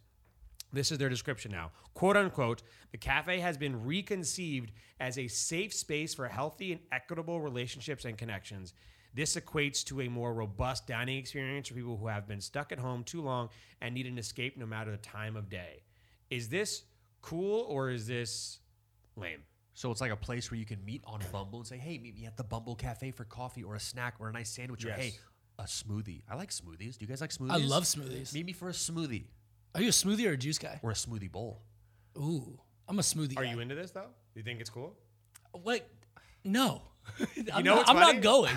A: this is their description now. Quote unquote, the cafe has been reconceived as a safe space for healthy and equitable relationships and connections. This equates to a more robust dining experience for people who have been stuck at home too long and need an escape no matter the time of day. Is this cool or is this lame?
C: So it's like a place where you can meet on Bumble and say, "Hey, meet me at the Bumble Cafe for coffee or a snack or a nice sandwich or
A: Yes.
C: hey, a smoothie. I like smoothies. Do you guys like smoothies?
B: I love smoothies.
C: Meet me for a smoothie
B: Are you a smoothie or a juice guy?
C: or a smoothie bowl.
B: Ooh, I'm a smoothie.
A: Are
B: guy.
A: you into this though? You think it's cool?
B: What? No. I'm,
A: know
B: not,
A: what's
B: I'm not
A: funny?
B: going.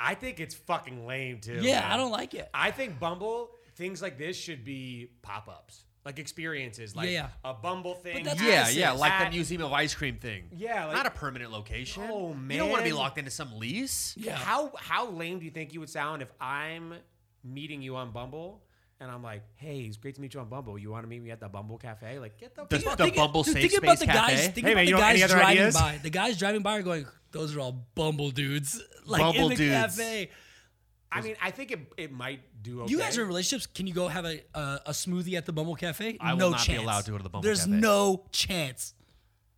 A: I think it's fucking lame too.
B: Yeah,
A: man.
B: I don't like it.
A: I think Bumble things like this should be pop-ups. like experiences, like
B: yeah.
A: a Bumble thing.
B: that's-
C: Yeah,
B: Access.
C: yeah, like the
A: At-
C: museum of ice cream thing.
A: Yeah, like-
C: not a permanent location.
A: Oh,
C: you don't want to be
A: man.
C: locked into some lease.
B: Yeah.
A: How how lame do you think you would sound if I'm meeting you on Bumble and I'm like, hey, it's great to meet you on Bumble. You want to meet me at the Bumble Cafe? Like, get the,
C: The-
A: fuck
C: the
A: out.
C: Bumble
B: Dude,
C: Safe
B: think
C: Space
B: about the
C: Cafe.
B: guys. Think
A: Hey,
B: about
A: man,
B: the
A: you don't have
B: guys
A: any other
B: driving
A: ideas?
B: by. The guys driving by are going, "Those are all bumble dudes." Like in
C: Bumble
B: the
C: dudes.
B: cafe.
A: I mean, I think it, it might do okay.
B: You guys are in relationships. Can you go have a a, a smoothie at the Bumble Cafe?
C: I will
B: no
C: not be
B: chance.
C: allowed to go to the Bumble
B: There's
C: Cafe.
B: no chance.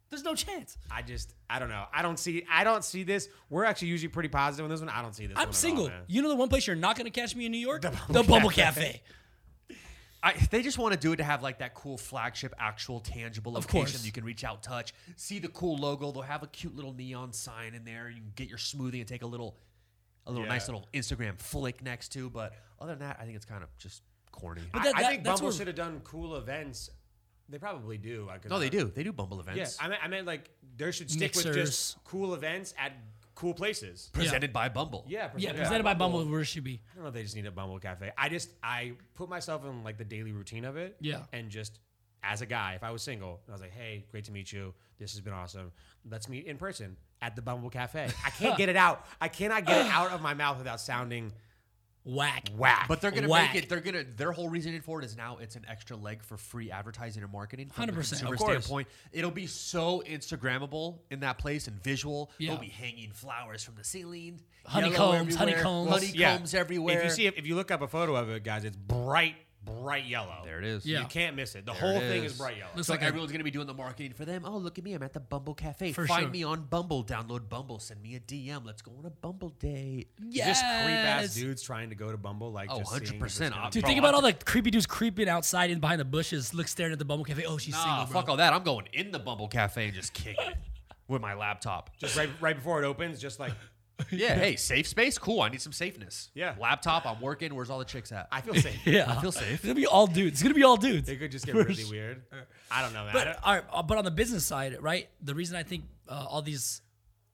B: There's no chance.
A: I just I don't know. I don't see I don't see this. We're actually usually pretty positive on this one. I don't see this. one
B: I'm
A: at all,
B: single.
A: man.
B: you know the one place you're not going to catch me in New York? The Bumble,
A: Bumble
B: Cafe.
A: Cafe.
C: I, they just want to do it to have like that cool flagship, actual, tangible location
B: course.
C: that you can reach out, touch, see the cool logo. They'll have a cute little neon sign in there. You can get your smoothie and take a little, a little nice
A: Yeah.
C: little Instagram flick next to. But other than that, I think it's kind of just corny.
B: But
A: I-
B: that-
A: I,
B: that-
A: think
B: that's
A: Bumble
B: where-
A: should have done cool events. They probably do. I could
C: no, they
A: not-
C: do. They do Bumble events.
A: Yeah, I meant, I meant like there should stick with
B: Mixers.
A: just cool events at cool places.
C: presented by Bumble.
A: Yeah,
B: Yeah, presented by Bumble, where it should be.
A: I don't know if they just need a Bumble Cafe. I just I put myself in like the daily routine of it.
B: Yeah.
A: And just as a guy, if I was single, and I was like, hey, great to meet you. This has been awesome. Let's meet in person at the Bumble Cafe. I can't get it out. I cannot get it out of my mouth without sounding
B: Whack.
A: whack.
C: But they're gonna
B: Whack.
C: make it. They're gonna. Their whole reasoning for it is now it's an extra leg for free advertising and marketing. From
B: 100%.
C: The
B: Of
C: consumer
A: course.
C: standpoint, it'll be so Instagrammable in that place and visual.
B: Yeah.
C: They'll be hanging flowers from the ceiling,
B: Honeycombs,
C: yellow everywhere,
B: honeycombs.
C: honeycombs everywhere.
A: If you see, if, if you look up a photo of it, guys, it's bright, bright yellow.
C: there it is.
B: Yeah.
A: You can't miss it. The whole
C: it
A: thing
C: is.
A: is bright yellow.
B: Looks
C: So
B: like a-
C: everyone's gonna be doing the marketing for them. Oh, look at me! I'm at the Bumble Cafe.
B: For
C: Find
B: sure.
C: me on Bumble. Download Bumble. Send me a DM. Let's go on a Bumble date.
B: Yes.
A: Just creep ass dudes trying to go to Bumble like
C: Oh,
A: just seeing if it's
C: 100%.
A: gonna-
B: Dude,
C: Bro,
B: think
C: I-
B: about all the creepy dudes creeping outside and behind the bushes, look staring at the Bumble Cafe. Oh, she's
C: Nah,
B: single. Bro.
C: fuck all that. I'm going in the Bumble Cafe and just kicking it with my laptop.
A: just right right before it opens, just like
C: Yeah, hey, safe space, cool. I need some safeness.
A: Yeah.
C: Laptop, I'm working. Where's all the chicks at?
A: I feel safe.
B: Yeah,
C: I feel safe.
B: It's gonna be all dudes. It's gonna be all dudes.
A: It could just get really weird. I don't know, man. I
B: But
A: don't-
B: all right, uh, but on the business side, right? The reason I think uh, all these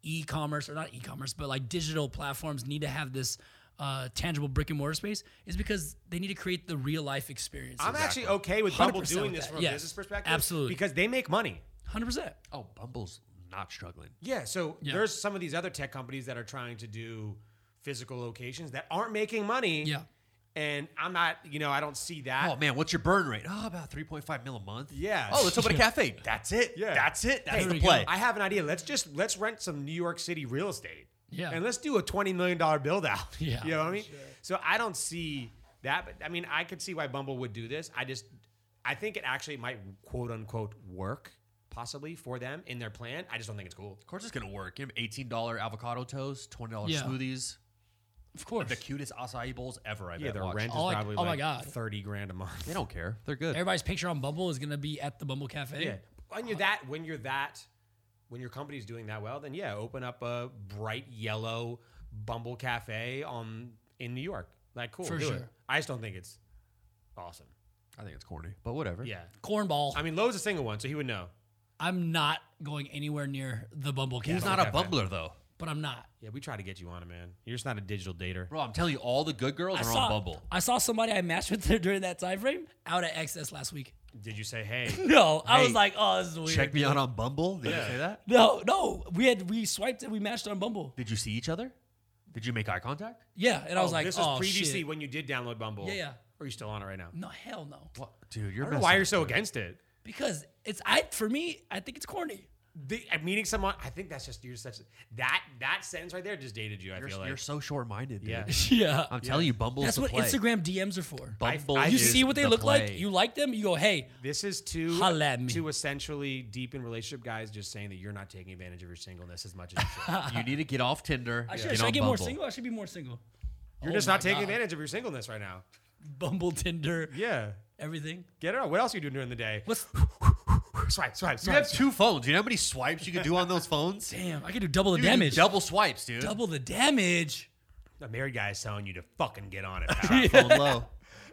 B: e-commerce or not e-commerce, but like digital platforms need to have this uh, tangible brick and mortar space is because they need to create the real life experience.
A: I'm actually okay with
B: 100%
A: Bumble doing
B: with
A: this
B: that.
A: from a
B: Yes.
A: business perspective.
B: Absolutely.
A: Because they make money.
B: hundred percent.
C: oh, Bumble's not struggling.
A: Yeah. So
B: Yeah.
A: there's some of these other tech companies that are trying to do physical locations that aren't making money.
B: Yeah.
A: And I'm not, you know, I don't see that.
C: Oh man, what's your burn rate? Oh, about 3.5 mil a month.
A: Yeah.
C: Oh, let's open a cafe. That's it.
A: Yeah.
C: That's it. That's
B: There
C: the
B: we go.
C: play.
A: I have an idea. Let's just let's rent some New York City real estate.
B: Yeah.
A: And let's do a twenty million dollar build out.
B: Yeah.
A: You know what I mean? So I don't see that, but I mean I could see why Bumble would do this. I just I think it actually might quote unquote work possibly for them in their plan. I just don't think it's cool.
C: of course it's gonna work. Give him $18 avocado toast, $20
B: Yeah.
C: smoothies,
B: Of course.
C: the cutest acai bowls ever. I
A: Yeah,
C: bet.
A: their
C: Watch.
A: rent is
B: Oh, like-
A: probably
B: oh my
A: like
B: God.
A: thirty grand a month.
C: They don't care. They're good.
B: Everybody's picture on Bumble is gonna be at the Bumble Cafe.
A: Yeah. When you're that when you're that when your company's doing that well, then yeah, open up a bright yellow Bumble Cafe on in New York. Like cool,
B: For
A: do it.
B: sure.
A: I just don't think it's awesome.
C: I think it's corny, but whatever.
A: Yeah.
B: Cornball.
A: I mean, Lowe's a single one, so he would know.
B: I'm not going anywhere near the Bumble Cafe.
C: He's not a
A: Cafe.
C: bumbler though.
B: but I'm not.
A: Yeah, we try to get you on it, man. You're just not a digital dater.
C: Bro, I'm telling you, all the good girls
B: I
C: are
B: saw,
C: on Bumble.
B: I saw somebody I matched with during that time frame out at XS last week.
A: Did you say, hey,
B: No, I was
C: Hey,
B: like, oh, this is weird.
C: Check me out on Bumble. Did
A: Yeah.
C: you say that?
B: No, no, we had we swiped and we matched on Bumble.
C: Did you see each other? Did you make eye contact?
B: Yeah, and I was
A: oh,
B: like,
A: this
B: oh
A: was previously
B: shit.
A: when you did download Bumble?
B: Yeah, yeah.
A: Or are you still on it right now?
B: No, hell no.
C: What? Dude,
A: I
C: you're
A: don't know why you're so against it.
B: Because it's I for me, I think it's corny.
A: The, uh, meeting someone, I think that's just you're such that that sentence right there just dated you. I
C: You're,
A: feel like
C: you're so short minded, dude.
A: yeah.
B: Yeah,
C: I'm telling you, Bumble's
B: that's
C: the
B: what
C: play.
B: Instagram DMs are for.
C: Bumble
A: I-
B: You
A: is
B: see what they
C: the
B: look like,
C: play.
B: you like them, you go, hey,
A: This is to
B: Holla at me.
A: to essentially deep in relationship guys just saying that you're not taking advantage of your singleness as much as you should.
C: you need to get off Tinder.
B: I should,
C: get
B: should I
C: on
B: get more
C: Bumble.
B: single? I should be more single.
A: You're
B: Oh
A: just
B: my
A: not taking
B: God.
A: advantage of your singleness right now.
B: Bumble, Tinder,
A: Yeah.
B: everything.
A: Get it out. What else are you doing during the day?
B: What's
A: Swipe, swipe,
C: You
A: swipe.
C: have two phones. You know how many swipes you can do on those phones?
B: damn? I could do double the
C: You can do
B: damage.
C: Double swipes, dude.
B: double the damage.
A: A married guy is telling you to fucking get on it. pal.
C: Phone low.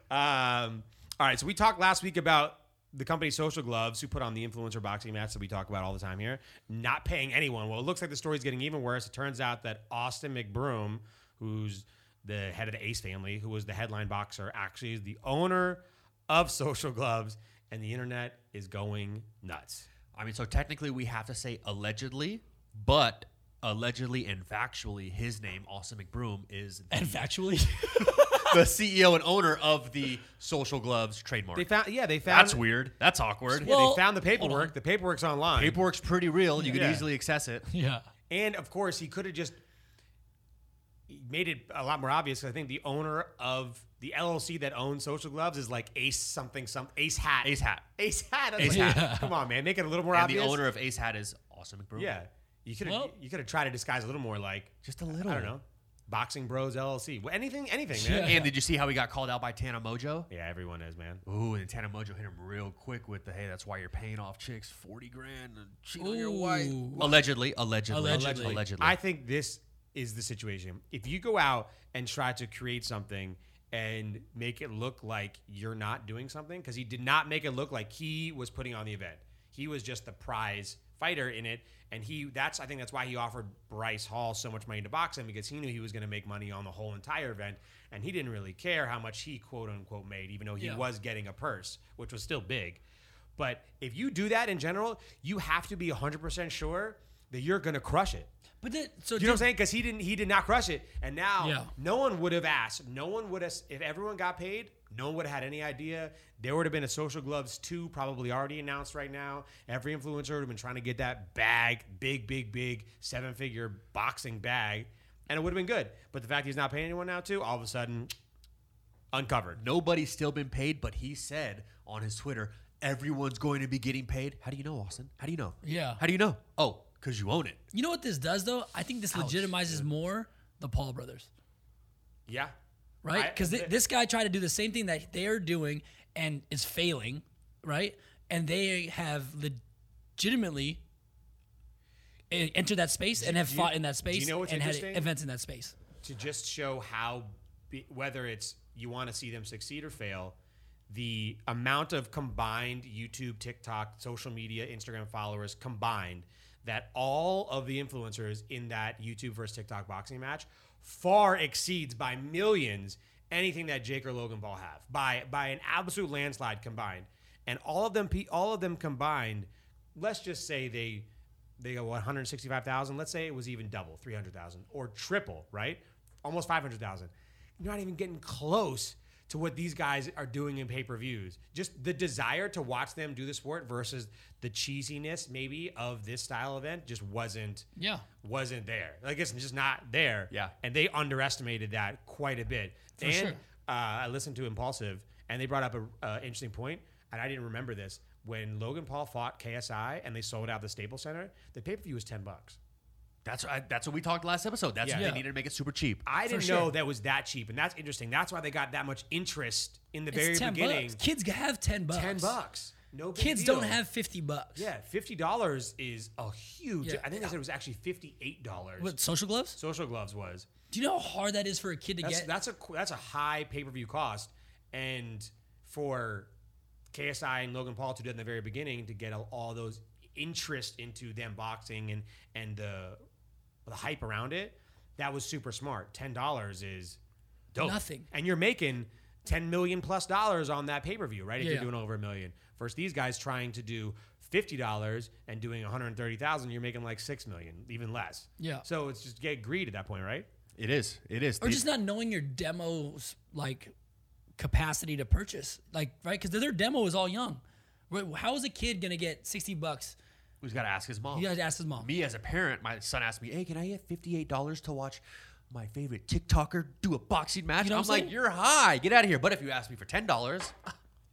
A: Um, all right, so we talked last week about the company Social Gloves, who put on the influencer boxing match that we talk about all the time here, not paying anyone. Well, it looks like the story's getting even worse. It turns out that Austin McBroom, who's the head of the Ace family, who was the headline boxer, actually is the owner of Social Gloves and the internet is going nuts.
C: I mean, so technically we have to say allegedly, but allegedly and factually, his name, Austin McBroom, is
B: And factually,
C: the CEO and owner of the Social Gloves trademark.
A: They found, yeah, they found
C: That's weird. That's awkward.
A: Yeah,
B: Well,
A: they found the
B: hold
A: paperwork.
B: on.
A: The paperwork's online,
C: Paperwork's pretty real. You
A: Yeah.
C: can easily access it.
B: yeah.
A: and of course, he could have just made it a lot more obvious. 'cause I think the owner of the LLC that owns Social Gloves is like Ace something, some Ace Hat,
C: Ace Hat.
A: Ace Hat. I was
C: Ace
A: like,
B: Hat.
A: Come on, man, make it a little more
C: And the
A: obvious.
C: owner of Ace Hat is Austin McBroom.
A: yeah, you could have
B: Well-
A: you could have tried to disguise a little more, like
C: Just a little.
A: I don't know, Boxing Bros LLC, Well, anything, anything, man.
C: And did you see how he got called out by Tana Mojo?
A: Yeah, everyone is, man.
C: Ooh, and Tana Mojo hit him real quick with the hey, that's why you're paying off chicks forty grand and cheating on your wife.
B: Ooh.
C: Allegedly, allegedly,
B: Allegedly.
C: allegedly.
A: I think this is the situation. If you go out and try to create something and make it look like you're not doing something, because he did not make it look like he was putting on the event. He was just the prize fighter in it. And he that's I think that's why he offered Bryce Hall so much money to box him because he knew he was gonna make money on the whole entire event and he didn't really care how much he quote unquote made, even though he
B: Yeah.
A: was getting a purse, which was still big. But if you do that in general, you have to be 100% sure that you're going to crush it.
B: But then, so
A: You know what I'm
B: did-
A: saying? Because he didn't, he did not crush it, and now
B: Yeah.
A: no one would have asked. No one would have. If everyone got paid, no one would have had any idea. There would have been a social gloves two probably already announced right now. Every influencer would have been trying to get that bag, big, big, big seven figure boxing bag, and it would have been good. But the fact he's not paying anyone now too, all of a sudden, uncovered.
C: Nobody's still been paid, but he said on his Twitter, everyone's going to be getting paid. How do you know, Austin? How do you know?
B: Yeah.
C: How do you know? Oh, because you own it.
B: you know what this does though? I think this legitimizes more the Paul brothers,
A: Yeah, I-
B: right? Because
A: th-
B: this guy tried to do the same thing that they're doing and is failing, right? And they have legitimately e- entered that space and have
A: do you-
B: fought in that
A: do you
B: space
A: know what's
B: and had
A: interesting?
B: events in that space.
A: to just show how be- whether it's you want to see them succeed or fail the amount of combined youtube tiktok social media instagram followers combined that all of the influencers in that youtube versus tiktok boxing match far exceeds by millions anything that jake or logan paul have by by an absolute landslide combined and all of them pe- all of them combined let's just say they they go 165,000. Let's say it was even double, 300,000 or triple, right? Almost 500,000. You're not even getting close to what these guys are doing in pay per views. Just the desire to watch them do the sport versus the cheesiness, maybe, of this style event just wasn't
B: Yeah.
A: wasn't there. Like it's just not there.
C: Yeah.
A: And they underestimated that quite a bit. and
B: sure.
A: uh, I listened to Impulsive, and they brought up an uh, interesting point, and I didn't remember this. When Logan Paul fought KSI and they sold out the Staples Center, the pay per view was ten bucks.
C: That's I, that's what we talked last episode. That's
A: Yeah.
C: what
B: Yeah.
C: they needed to make it super cheap.
A: I didn't
B: sure.
A: know that was that cheap, and that's interesting. That's why they got that much interest in the very
B: it's ten
A: beginning.
B: bucks. Kids have ten bucks.
A: Ten bucks. No big
B: Kids
A: deal.
B: don't have fifty bucks.
A: Yeah, fifty dollars is a huge.
B: Yeah.
A: I think they said it was actually fifty eight dollars.
B: What social gloves?
A: Social gloves was.
B: Do you know how hard that is for a kid to
A: That's
B: get?
A: that's a that's a high pay per view cost, and for KSI and Logan Paul to do it in the very beginning to get all, all those interest into them boxing and and the the hype around it, that was super smart. Ten dollars is dope.
B: Nothing.
A: and you're making ten million plus dollars on that pay per view, right? If
B: Yeah.
A: you're doing over a million. Versus these guys trying to do fifty dollars and doing one hundred thirty thousand, you're making like six million, even less.
B: Yeah.
A: So it's just get greed at that point, right?
C: It is. It is.
B: or
C: The-
B: just not knowing your demo's like capacity to purchase, like right? Because their demo is all young. Right, How is a kid gonna get sixty bucks?
C: He's got to ask his mom.
B: You gotta ask his mom.
C: Me as a parent, my son asked me, "Hey, can I get fifty-eight dollars to watch my favorite TikToker do a boxing match?"
B: You know
C: I'm
B: what I'm
C: like,
B: saying?
C: "You're high. Get out of here." But if you ask me for ten dollars,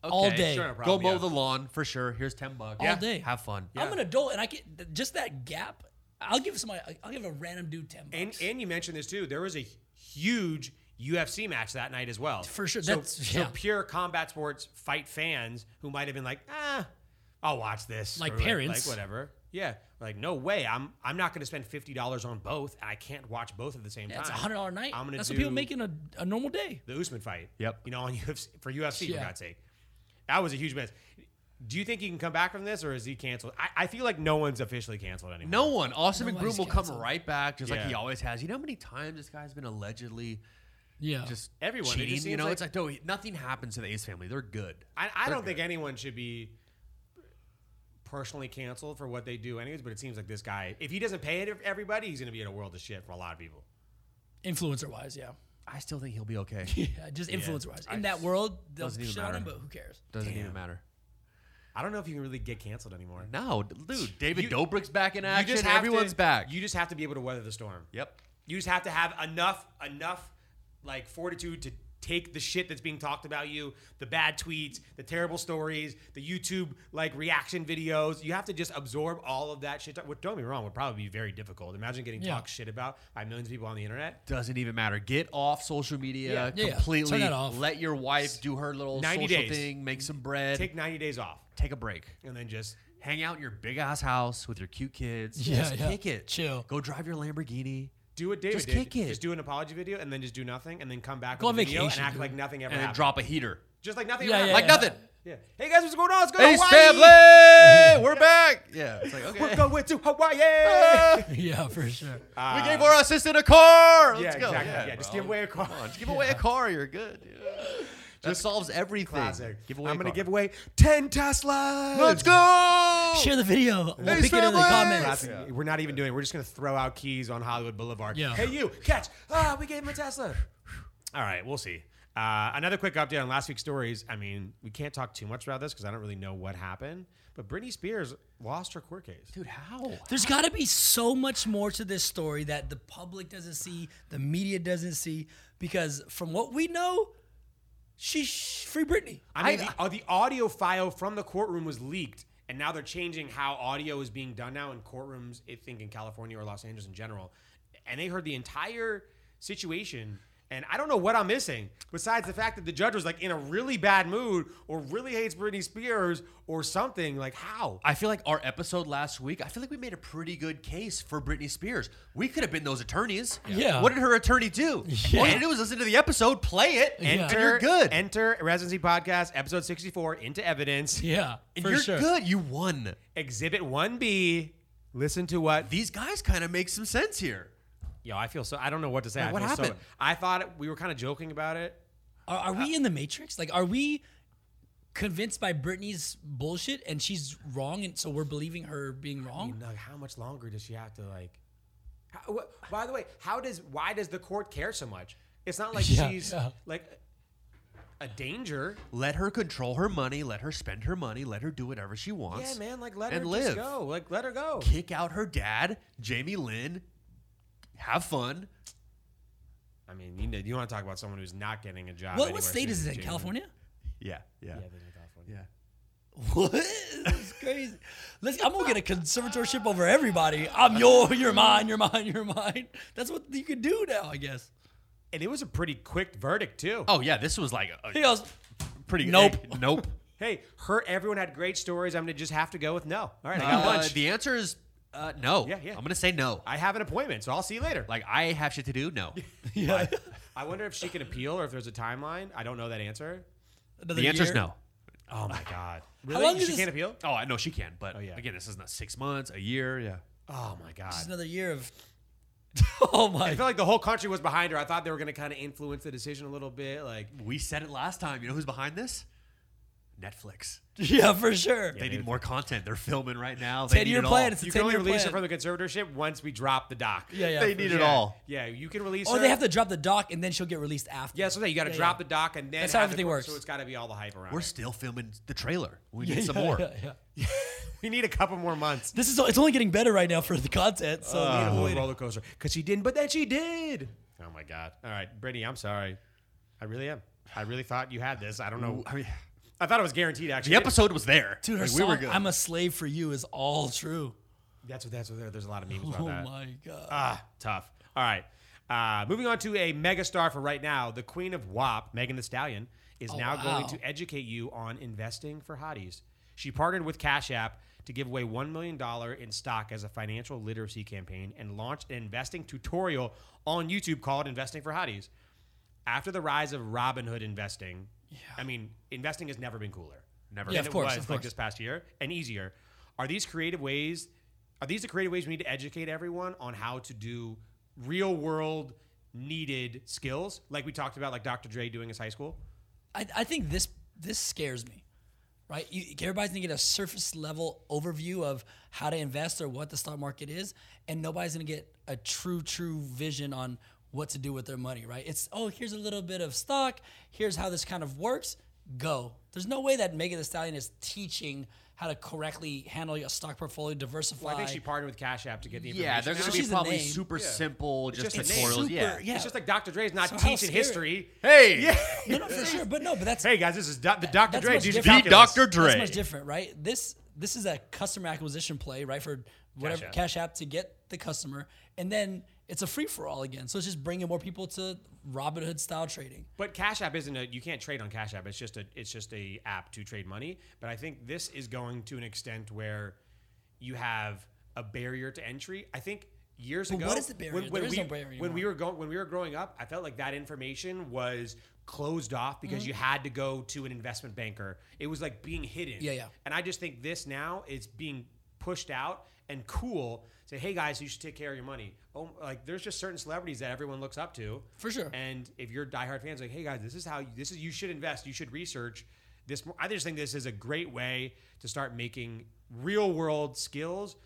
B: All day.
A: sure, no
C: go
A: problem,
C: mow
A: yeah.
C: the lawn for sure. Here's ten bucks.
B: All day.
C: Have fun.
B: I'm an adult, and I can th- just that gap. I'll give somebody. I'll give a random dude ten bucks.
A: And and you mentioned this too. There was a huge UFC match that night as well.
B: For sure.
A: So,
B: That's-
A: so
B: yeah.
A: pure combat sports fight fans who might have been like, ah, I'll watch this.
B: Like
A: or
B: parents.
A: Like whatever. Yeah. Like, no way. I'm I'm not gonna spend fifty dollars on both and I can't watch both at the same time.
B: That's a hundred dollar night.
A: I'm gonna
B: That's
A: do
B: what people make in a, a normal day.
A: the Usman fight.
C: Yep.
A: You know, on UFC for UFC for
B: Yeah.
A: God's sake. That was a huge mess. Do you think he can come back from this or is he canceled? I, I feel like no one's officially canceled anymore.
C: No one. Austin
B: Nobody's
C: McBroom will come
B: canceled.
C: right back, just like
A: Yeah.
C: he always has. You know how many times this guy's been allegedly
B: Yeah.
C: just
A: Everyone, it just
C: everyone cheating. you
A: seems
C: know,
A: like-
C: it's like no, nothing happens to the Ace family. They're good.
A: I, I
C: They're
A: don't think
C: good.
A: anyone should be personally canceled for what they do, anyways. But it seems like this guy, if he doesn't pay it for everybody, he's going to be in a world of shit for a lot of people.
B: influencer wise, yeah.
C: I still think he'll be okay.
B: Yeah, just influencer wise. In that world, they'll
C: Doesn't even
B: shit on him,
C: matter.
B: but who cares?
C: Doesn't even matter.
A: I don't know if you can really get canceled anymore.
C: No, dude. David
A: You-
C: Dobrik's back in
A: You
C: action.
A: just have
C: Everyone's
A: to,
C: back.
A: You just have to be able to weather the storm.
C: yep.
A: You just have to have enough enough like fortitude to take the shit that's being talked about you, the bad tweets, the terrible stories, the YouTube like reaction videos. You have to just absorb all of that shit. Which don't get me wrong, would probably be very difficult. Imagine getting
B: Yeah.
A: talked shit about by millions of people on the internet.
C: Doesn't even matter. Get off social media
B: Yeah, yeah.
C: completely.
B: Turn that off.
C: Let your wife do her little
A: 90
C: social
A: days.
C: thing. Make some bread.
A: Take 90 days off
C: take a break.
A: and then just
C: Hang out in your big ass house with your cute kids.
B: Yeah,
C: just
B: yeah.
C: kick it.
B: Chill.
C: Go drive your Lamborghini.
A: do what David
C: Just
A: did.
C: kick it.
A: Just do an apology video and then just do nothing and then come back
B: Go
A: with
B: on
A: a video and
B: vacation,
A: act
B: dude.
A: like nothing ever
C: And then
A: happened.
C: drop a heater.
A: Just like nothing
B: Yeah,
A: ever
B: yeah,
A: happened.
C: Like
B: yeah.
C: nothing.
A: Yeah. Hey guys, what's going on? Let's go to
C: Ace
A: Hawaii.
C: family, we're back. Yeah, it's like okay.
A: We're going to Hawaii.
B: yeah, for sure.
C: we gave our assistant a car. Let's
A: yeah,
C: go.
A: exactly. Yeah,
C: bro.
A: just give away a car.
C: Come on, just give away a car. You're good. Yeah. That solves everything.
A: Classic.
C: Give away.
A: I'm
C: a
A: gonna
C: car.
A: give away ten Teslas.
C: Let's go.
B: Share the video. We'll
C: Hey,
B: pick it in the
C: Sandler!
B: comments.
A: Classic. We're not even doing. it. We're just gonna throw out keys on Hollywood Boulevard.
B: Yeah.
A: Hey, you catch? Ah, we gave him a Tesla. All right, we'll see. Uh, another quick update on last week's stories. I mean, we can't talk too much about this because I don't really know what happened. But Britney Spears lost her court case.
C: Dude, how?
B: There's got to be so much more to this story that the public doesn't see, the media doesn't see, because from what we know, she's free Britney.
A: I mean, the, uh, the audio file from the courtroom was leaked, and now they're changing how audio is being done now in courtrooms. I think in California or Los Angeles in general, and they heard the entire situation. And I don't know what I'm missing besides the fact that the judge was like in a really bad mood, or really hates Britney Spears, or something. Like how?
C: I feel like our episode last week, I feel like we made a pretty good case for Britney Spears. We could have been those attorneys.
B: Yeah.
C: What did her attorney do?
B: Yeah.
C: All you did was listen to the episode, play it,
B: Yeah.
C: and you're good.
A: Enter Residency Podcast episode 64 into evidence.
B: yeah,
C: And
B: for
C: you're
B: sure.
C: good. You won.
A: Exhibit 1B. Listen to what
C: These guys kind of make some sense here.
A: Yo, I feel so. I don't know what to say.
C: Like,
A: I
C: what
A: feel so-
C: happened?
A: I thought it- we were kind of joking about it.
B: Are, are we in the Matrix? Like, are we convinced by Britney's bullshit and she's wrong, and so we're believing her being
A: You
B: wrong?
A: know, how much longer does she have to like? How, wh- by the way, how does why does the court care so much? It's not like
B: Yeah,
A: she's
B: yeah.
A: like a danger.
C: Let her control her money. Let her spend her money. Let her do whatever she wants.
A: Yeah, man. Like let
C: And
A: her just
C: live.
A: go. Like let her go.
C: Kick out her dad, Jamie Lynn. Have fun.
A: I mean, you know, you want to talk about someone who's not getting a job?
B: What,
A: anywhere
B: what state
A: soon,
B: is it in?
A: Jamie.
B: California?
C: Yeah. Yeah.
A: Yeah, they're in California.
C: yeah.
B: What? That's crazy. Let's, I'm gonna get a conservatorship over everybody. I'm your, you're mine, you're mine, you're mine. That's what you could do now, I guess.
A: And it was a pretty quick verdict too.
C: Oh, yeah. This was like a, a
B: He goes,
C: pretty
B: Nope.
C: Hey, nope.
A: Hey, her. Everyone had great stories. I'm gonna just have to go with no. All right, I got
C: Uh,
A: lunch.
C: The answer is uh, no.
A: Yeah, yeah.
C: I'm gonna say no.
A: I have an appointment, so I'll see you later.
C: Like I have shit to do. No.
B: yeah.
A: I wonder if she can appeal or if there's a timeline. I don't know that answer.
B: Another
C: the answer is
B: year.
C: no.
A: Oh my god!
B: How long
A: Really? She
B: is this-
A: can't appeal?
C: Oh, I know she can, but
A: yeah.
C: again, this is not six months, a year. Yeah.
A: Oh my
B: It's
A: god!
B: another year of. oh
A: I
B: my!
A: felt like the whole country was behind her. I thought they were going to kind of influence the decision a little bit. Like
C: We said it last time. You know who's behind this? Netflix.
B: Yeah, for sure.
C: they need
A: dude.
C: more content. They're filming right now. They
B: Ten
C: need
B: year
C: it
B: plan.
C: all.
B: It's a
A: you can
B: ten
A: only
B: year
A: release
B: plan.
A: her from the conservatorship once we drop the doc.
B: yeah, yeah.
C: they
B: for
C: need
B: sure.
C: it all.
A: Yeah, you can release.
B: Or
A: her.
B: Oh, they have to drop the doc and then she'll get released after.
A: Yeah, so that you got to
B: Yeah,
A: drop
B: yeah.
A: the doc and then
B: That's how
A: have the
B: everything
A: court-
B: works.
A: So it's got to be all the hype around.
C: We're
A: it.
C: still filming the trailer. We need
B: Yeah,
C: some
B: yeah,
C: more.
B: yeah, yeah.
A: we need a couple more months.
B: This is it's only getting better right now for the content. So
A: We need a
B: we
A: whole
B: avoid it.
A: roller coaster because she didn't, but then she did. Oh my god! All right, Brittany, I'm sorry. I really am. I really thought you had this. I don't know.
C: I mean,
A: I thought it was guaranteed. Actually,
C: the episode was there.
B: dude, her
C: Like,
B: song, "I'm a Slave for You" is all true.
A: That's what. That's what. there- There's a lot of memes about
B: Oh
A: that.
B: my god!
A: Ah, tough. All right. Uh, moving on to a megastar for right now, the queen of WAP, Megan The Stallion, is now
B: wow.
A: going to educate you on investing for hotties. She partnered with Cash App to give away $1 million in stock as a financial literacy campaign and launched an investing tutorial on YouTube called Investing for Hotties. After the rise of Robinhood investing, I mean, investing has never been cooler. Never.
B: Yeah,
A: than
B: of course,
A: it was
B: of
A: like
B: course.
A: this past year and easier. Are these creative ways? Are these the creative ways we need to educate everyone on how to do real world needed skills, like we talked about, like Dr. Dre doing his high school.
B: I, I think this this scares me, right? You, everybody's gonna get a surface level overview of how to invest or what the stock market is, and nobody's gonna get a true true vision on what to do with their money, right? It's oh, here's a little bit of stock. Here's how this kind of works. Go. There's no way that Megan Thee Stallion is teaching how to correctly handle your stock portfolio, diversify.
A: I think she partnered with Cash App to get the information.
C: Yeah, they're going
A: out.
C: to be
B: She's a
C: probably
B: name.
C: super simple, just,
A: just a name.
C: tutorials.
B: Super-
C: yeah.
B: yeah.
A: It's just like Dr. Dre's not
B: So how
A: teaching
B: scary-
A: history.
C: Hey,
B: no, no, for sure. But no, but that's
A: Hey guys, this is doc- the Dr.
B: that's
A: Dre.
B: much
A: Dude,
B: different.
C: the Dr.
B: That's
C: Dre.
B: much different, right? This this is a customer acquisition play, right? For whatever Cash App,
A: App.
B: to get the customer, and then it's a free for all again. So it's just bringing more people to Robinhood style trading.
A: But Cash App isn't a you can't trade on Cash App. It's just a it's just a app to trade money. But I think this is going to an extent where you have a barrier to entry. I think years ago,
B: what is the barrier?
A: When, when
B: There is
A: we,
B: no barrier
A: when we
B: anymore.
A: were going when we were growing up, I felt like that information was closed off
B: Mm-hmm.
A: because you had to go to an investment banker. It was like being hidden.
B: Yeah, yeah.
A: And I just think this now is being pushed out and cool. Say, hey guys, you should take care of your money. Oh, like there's just certain celebrities that everyone looks up to.
B: For sure.
A: And if you're diehard fans, like, hey guys, this is how you, this is you should invest. You should research this. More. I just think this is a great way to start making real world skills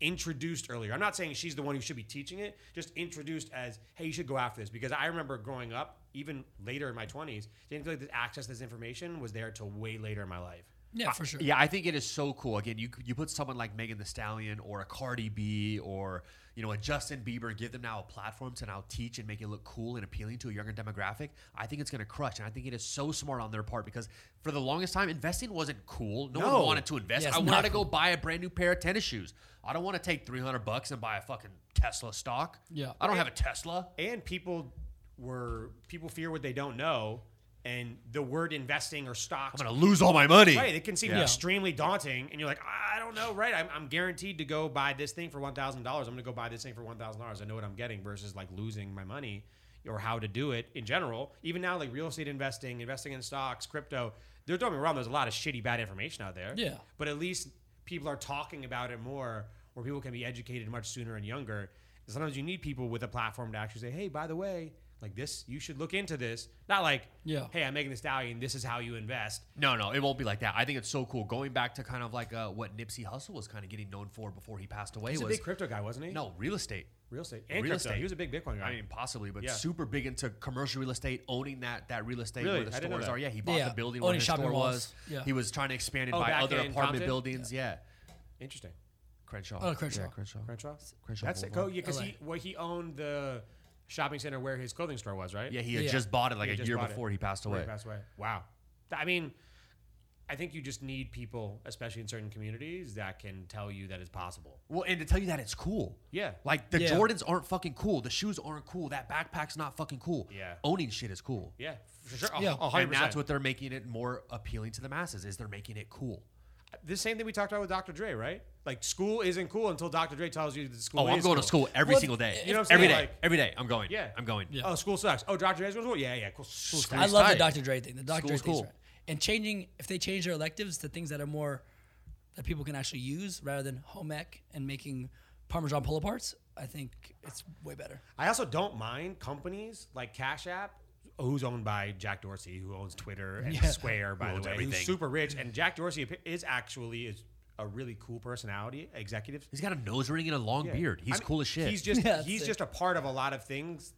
A: introduced earlier. I'm not saying she's the one who should be teaching it, just introduced as, hey, you should go after this. Because I remember growing up, even later in my 20s, didn't feel like this access to this information was there till way later in my life.
B: Yeah, for sure.
C: Yeah, I think it is so cool. Again, you you put someone like Megan The Stallion or a Cardi B or you know a Justin Bieber and give them now a platform to now teach and make it look cool and appealing to a younger demographic. I think it's going to crush, and I think it is so smart on their part because for the longest time investing wasn't cool. No,
A: No.
C: one wanted to invest.
B: Yeah, it's
C: I
B: not
C: wanted to go buy a brand new pair of tennis shoes. I don't want to take three hundred bucks and buy a fucking Tesla stock.
B: Yeah.
C: I don't have a Tesla.
A: And people were, people fear what they don't know. And the word investing or stocks,
C: I'm going to lose all my money.
A: right, it can seem
B: Yeah.
A: extremely daunting. And you're like, I don't know, right? I'm, I'm guaranteed to go buy this thing for $1,000. I'm going to go buy this thing for $1,000. I know what I'm getting versus like losing my money or how to do it in general. Even now, like real estate investing, investing in stocks, crypto, there, don't get me wrong, there's a lot of shitty, bad information out there.
B: Yeah.
A: But at least people are talking about it more where people can be educated much sooner and younger. And sometimes you need people with a platform to actually say, hey, by the way, like this, you should look into this. Not like,
B: Yeah.
A: hey, I'm making this stallion. This is how you invest.
C: No, no, it won't be like that. I think it's so cool. Going back to kind of like uh, what Nipsey Hussle was kind of getting known for before he passed away
A: He's a
C: was
A: big crypto guy, wasn't he?
C: no real estate.
A: real estate and
C: Real
A: crypto.
C: estate.
A: He was a big Bitcoin guy.
C: I mean, possibly, but
A: Yeah.
C: super big into commercial real estate, owning that that real estate
A: Really?
C: where the
A: I didn't know
C: stores
A: that.
C: are. Yeah, he bought
B: Yeah.
C: the building
B: Owning
C: where his
B: shopping
C: store
B: malls.
C: was.
B: Yeah.
C: He was trying to expand it
A: Oh,
C: by
A: back
C: other
A: in
C: apartment
A: Compton?
C: buildings. Yeah.
A: Interesting.
C: Crenshaw.
B: Oh, Crenshaw.
C: Yeah, Crenshaw.
A: Crenshaw.
C: Crenshaw
A: That's it.
C: Boulevard.
A: Oh, yeah, because
B: LA.
A: he well, he owned the shopping center where his clothing store was, right?
C: Yeah, he had
B: Yeah.
C: just bought it like
A: He
C: a
A: just
C: year
A: bought it
C: before he passed
A: Before
C: away.
A: he passed away. Wow. Th- I mean, I think you just need people, especially in certain communities, that can tell you that it's possible.
C: Well, and to tell you that it's cool.
A: Yeah.
C: Like the
B: Yeah.
C: Jordans aren't fucking cool. The shoes aren't cool. That backpack's not fucking cool.
A: Yeah.
C: Owning shit is cool.
A: Yeah, for sure. Oh,
B: Yeah.
A: Yeah, hundred
C: and that's
A: percent.
C: what they're making it more appealing to the masses is they're making it cool.
A: The same thing we talked about with Dr. Dre, right? Like school isn't cool until Dr. Dre tells you that school.
C: Oh, I'm
A: is
C: going
A: cool.
C: to school every
B: Well,
C: single day.
A: you know what I'm
C: Every
A: saying?
C: day.
A: Like-
C: every day. I'm going.
A: Yeah.
C: I'm going.
B: Yeah.
A: Oh, school sucks. Oh, Dr. Dre's going to school. Yeah, yeah, cool. School sucks.
B: I love the
C: tight.
B: Dr. Dre thing. The Dr. Dre
C: School's
B: thing.
C: cool.
B: Right. And changing if they change their electives to things that are more that people can actually use rather than home ec and making Parmesan pull aparts, I think it's way better.
A: I also don't mind companies like Cash App, who's owned by Jack Dorsey, who owns Twitter and
B: Yeah.
A: Square, by the
C: owns
A: way,
C: everything.
A: who's super rich. And Jack Dorsey ap- is actually is a really cool personality, executive.
C: He's got a nose ring and a long
A: Yeah.
C: beard. He's
A: I mean,
C: cool as shit.
A: He's just
B: Yeah, that's
A: he's
B: sick.
A: just a part of a lot of things,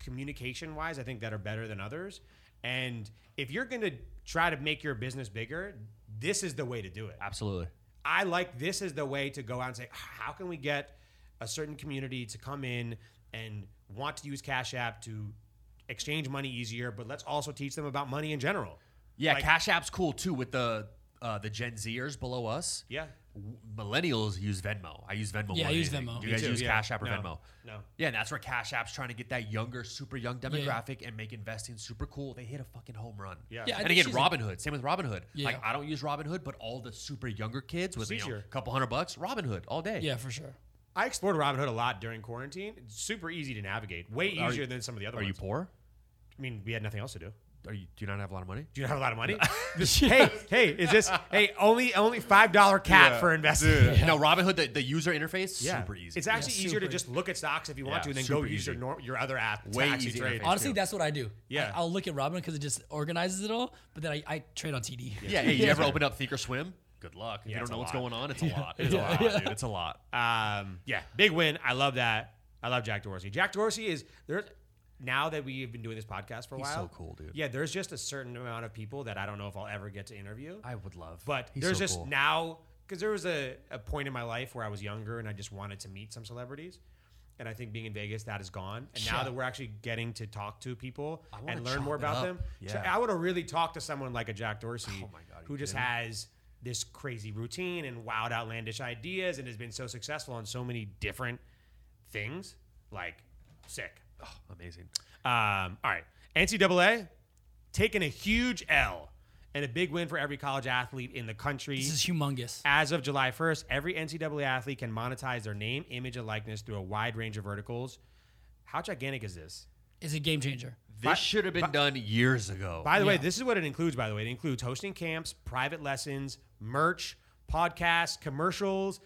A: communication wise. I think that are better than others. And if you're gonna try to make your business bigger, this is the way to do it.
C: Absolutely.
A: I like this is the way to go out and say, how can we get a certain community to come in and want to use Cash App to exchange money easier, but let's also teach them about money in general.
C: Yeah,
A: Like-
C: Cash App's cool too with the uh, the Gen Zers below us.
A: Yeah.
C: W- Millennials use Venmo. I use Venmo.
B: Yeah,
C: more
B: I
C: than
B: use
C: anything.
B: Venmo.
C: Do you
A: Me
C: guys
A: too,
C: use
A: yeah.
C: Cash App or
A: No.
C: Venmo?
A: No.
C: Yeah, and that's where Cash App's trying to get that younger, super young
B: yeah.
C: demographic and make investing super cool. They hit a fucking home run.
A: Yeah.
B: Yeah, I
C: and
B: think
C: again,
B: she's a-
C: Robinhood. Same with Robinhood.
B: Yeah.
C: Like I don't use Robinhood, but all the super younger kids with
A: It's
C: you know, a
A: easier.
C: couple hundred bucks, Robinhood all day.
B: Yeah, for sure.
A: I explored Robinhood a lot during quarantine. It's super easy to navigate, way
C: Are
A: easier
C: you-
A: than some of the other
C: Are you
A: ones.
C: poor?
A: I mean, we had nothing else to do.
C: Are you, do you not have a lot of money?
A: Do you have a lot of money? This- hey, hey, is this hey only only five dollar cap
C: Yeah.
A: for investing?
C: No, Robinhood, the, the user interface,
A: Yeah.
C: super easy.
A: It's actually
B: Yeah,
A: easier to
B: super
A: just look at stocks if you want
C: Yeah,
A: to, and then
C: super
A: go use your
C: easy.
A: nor- your other app.
C: Way
A: to actually
C: easier
A: trade.
C: interface.
B: Honestly,
C: too.
B: that's what I do.
A: Yeah.
B: I, will look at Robinhood because it just organizes it all, but then I, I trade on TD.
C: yeah. Hey, you ever open up Think or Swim? Good luck. If you
A: it's
C: don't
A: a
C: know what's
A: lot.
C: going on. It's a lot. It's a lot, dude. It's a lot.
A: Um, yeah, big win. I love that. I love Jack Dorsey. Jack Dorsey is there's now that we've been doing this podcast for a
C: He's
A: while.
C: so cool, dude.
A: Yeah, there's just a certain amount of people that I don't know if I'll ever get to interview.
C: I would love.
A: but
C: He's
A: there's
C: so
A: just
C: cool.
A: now because there was a, a point in my life where I was younger and I just wanted to meet some celebrities. And I think being in Vegas, that is gone. And now
B: Yeah.
A: that we're actually getting to talk to people
C: I wanna
A: and learn
C: chop
A: more
C: it
A: about
C: up.
A: them, so
C: Yeah. Oh
A: I would have really talked to someone like a Jack Dorsey,
C: my God, are
A: who
C: you
A: just has this crazy routine and wild, outlandish ideas, and has been so successful on so many different things. Like, sick.
C: Oh, amazing.
A: Um, all right. NCAA taking a huge L and a big win for every college athlete in the country.
B: This is humongous.
A: As of July 1st, every NCAA athlete can monetize their name, image, and likeness through a wide range of verticals. How gigantic is this?
B: It's a game changer.
A: By-
C: This should have been done years ago.
A: By the way,
B: Yeah.
A: this is what it includes, by the way. It includes hosting camps, private lessons, merch, podcasts, commercials,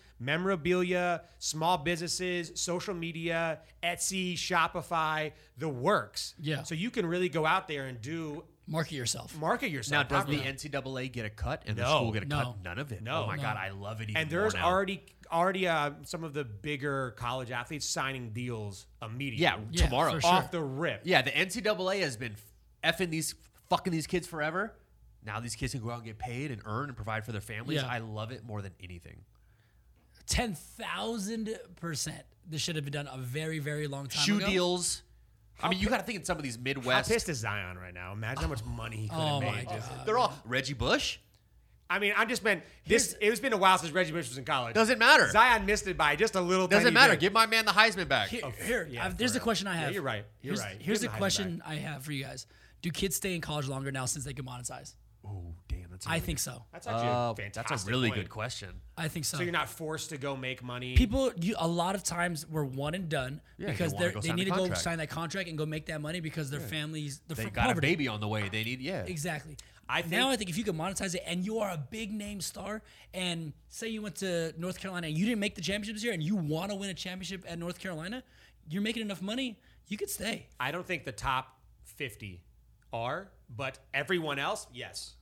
A: memorabilia, small businesses, social media, Etsy, Shopify, the works.
B: Yeah.
A: So you can really go out there and do
B: Market yourself.
A: market
C: now,
A: yourself.
C: does
A: properly.
C: the NCAA get a cut and the
A: No.
C: school get a
B: No.
C: cut? None of it.
A: No.
C: Oh my
A: No.
C: god, I love it. Even
A: and there's
C: more now.
A: already already uh, some of the bigger college athletes signing deals immediately.
C: yeah,
B: Yeah,
C: tomorrow.
B: for sure.
A: off the rip.
C: Yeah, the NCAA has been effing these fucking these kids forever. Now these kids can go out and get paid and earn and provide for their families.
B: Yeah.
C: I love it more than anything.
B: Ten thousand percent. This should have been done a very, very long time
C: Shoe
B: ago.
C: deals. I mean, you got to think in some of these
A: How
C: Midwest.
A: pissed is Zion right now? Imagine how much money he could have
B: Oh my
A: made.
B: god.
A: Just-
C: They're all Reggie Bush.
A: I mean, I'm just meant this. It's been a while since Reggie Bush was in college.
C: Doesn't matter.
A: Zion missed it by just a little.
C: Doesn't
A: tiny
C: matter.
A: bit.
C: Give my man the Heisman back.
B: Here,
A: Oh,
B: here
A: yeah,
B: I've-
A: for
B: there's the
A: real.
B: question I
A: Yeah,
B: have.
A: you're right. You're
B: here's,
A: right.
B: Here's the
A: Give him the
B: question I have for you guys: Do kids stay in college longer now since they can monetize?
C: Oh damn, that's.
B: I think so.
A: That's actually
C: Uh,
A: a fantastic.
C: that's a really
A: point.
C: good question.
B: I think so.
A: So you're not forced to go make money.
B: people you a lot of times were one and done
C: they
B: because
C: wanna
B: they
C: go
B: they
C: sign the
B: need to go
C: contract.
B: sign that contract and go make that money because their families they're
C: They
B: from
C: got
B: poverty.
C: a baby on the way. They need yeah.
B: Exactly.
A: I
B: now
A: think-
B: I think if you can monetize it and you are a big name star and say you went to North Carolina and you didn't make the championships here and you want to win a championship at North Carolina, you're making enough money, you could stay.
A: I don't think the top 50 are, but everyone else, yes.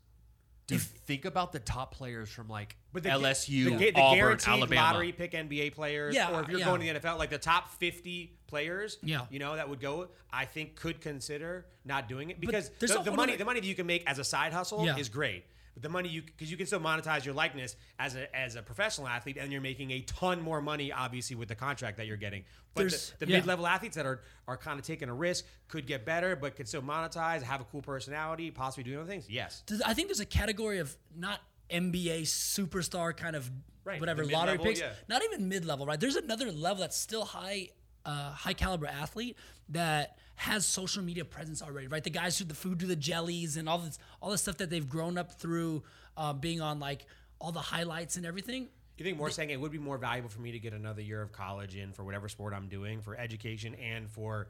C: Dude, think about the top players from like
A: But the,
C: LSU,
A: the, ga- the
C: Auburn,
A: guaranteed
C: Alabama.
A: lottery pick NBA players,
B: Yeah,
A: or if you're
B: yeah.
A: going to the NFL, like the top 50 players,
B: Yeah.
A: you know, that would go. I think could consider not doing it because
B: there's
A: the,
B: a
A: the
B: whole
A: money,
B: other-
A: the money that you can make as a side hustle
B: Yeah.
A: is great. But the money you because you can still monetize your likeness as a as a professional athlete, and you're making a ton more money, obviously, with the contract that you're getting. But
B: There's-
A: the, the
B: yeah.
A: mid level athletes that are are kind of taking a risk could get better, but could still monetize, have a cool personality, possibly do other things. Yes.
B: Does- I think there's a category of not NBA superstar kind of
A: Right,
B: whatever
A: the
B: lottery
A: mid-level,
B: picks,
A: yeah.
B: not even mid level, right? There's another level that's still high, uh, high caliber athlete that has social media presence already, right? The guys who the food, do the jellies, and all this, all the stuff that they've grown up through uh, being on like all the highlights and everything.
A: You think more saying it would be more valuable for me to get another year of college in for whatever sport I'm doing for education and for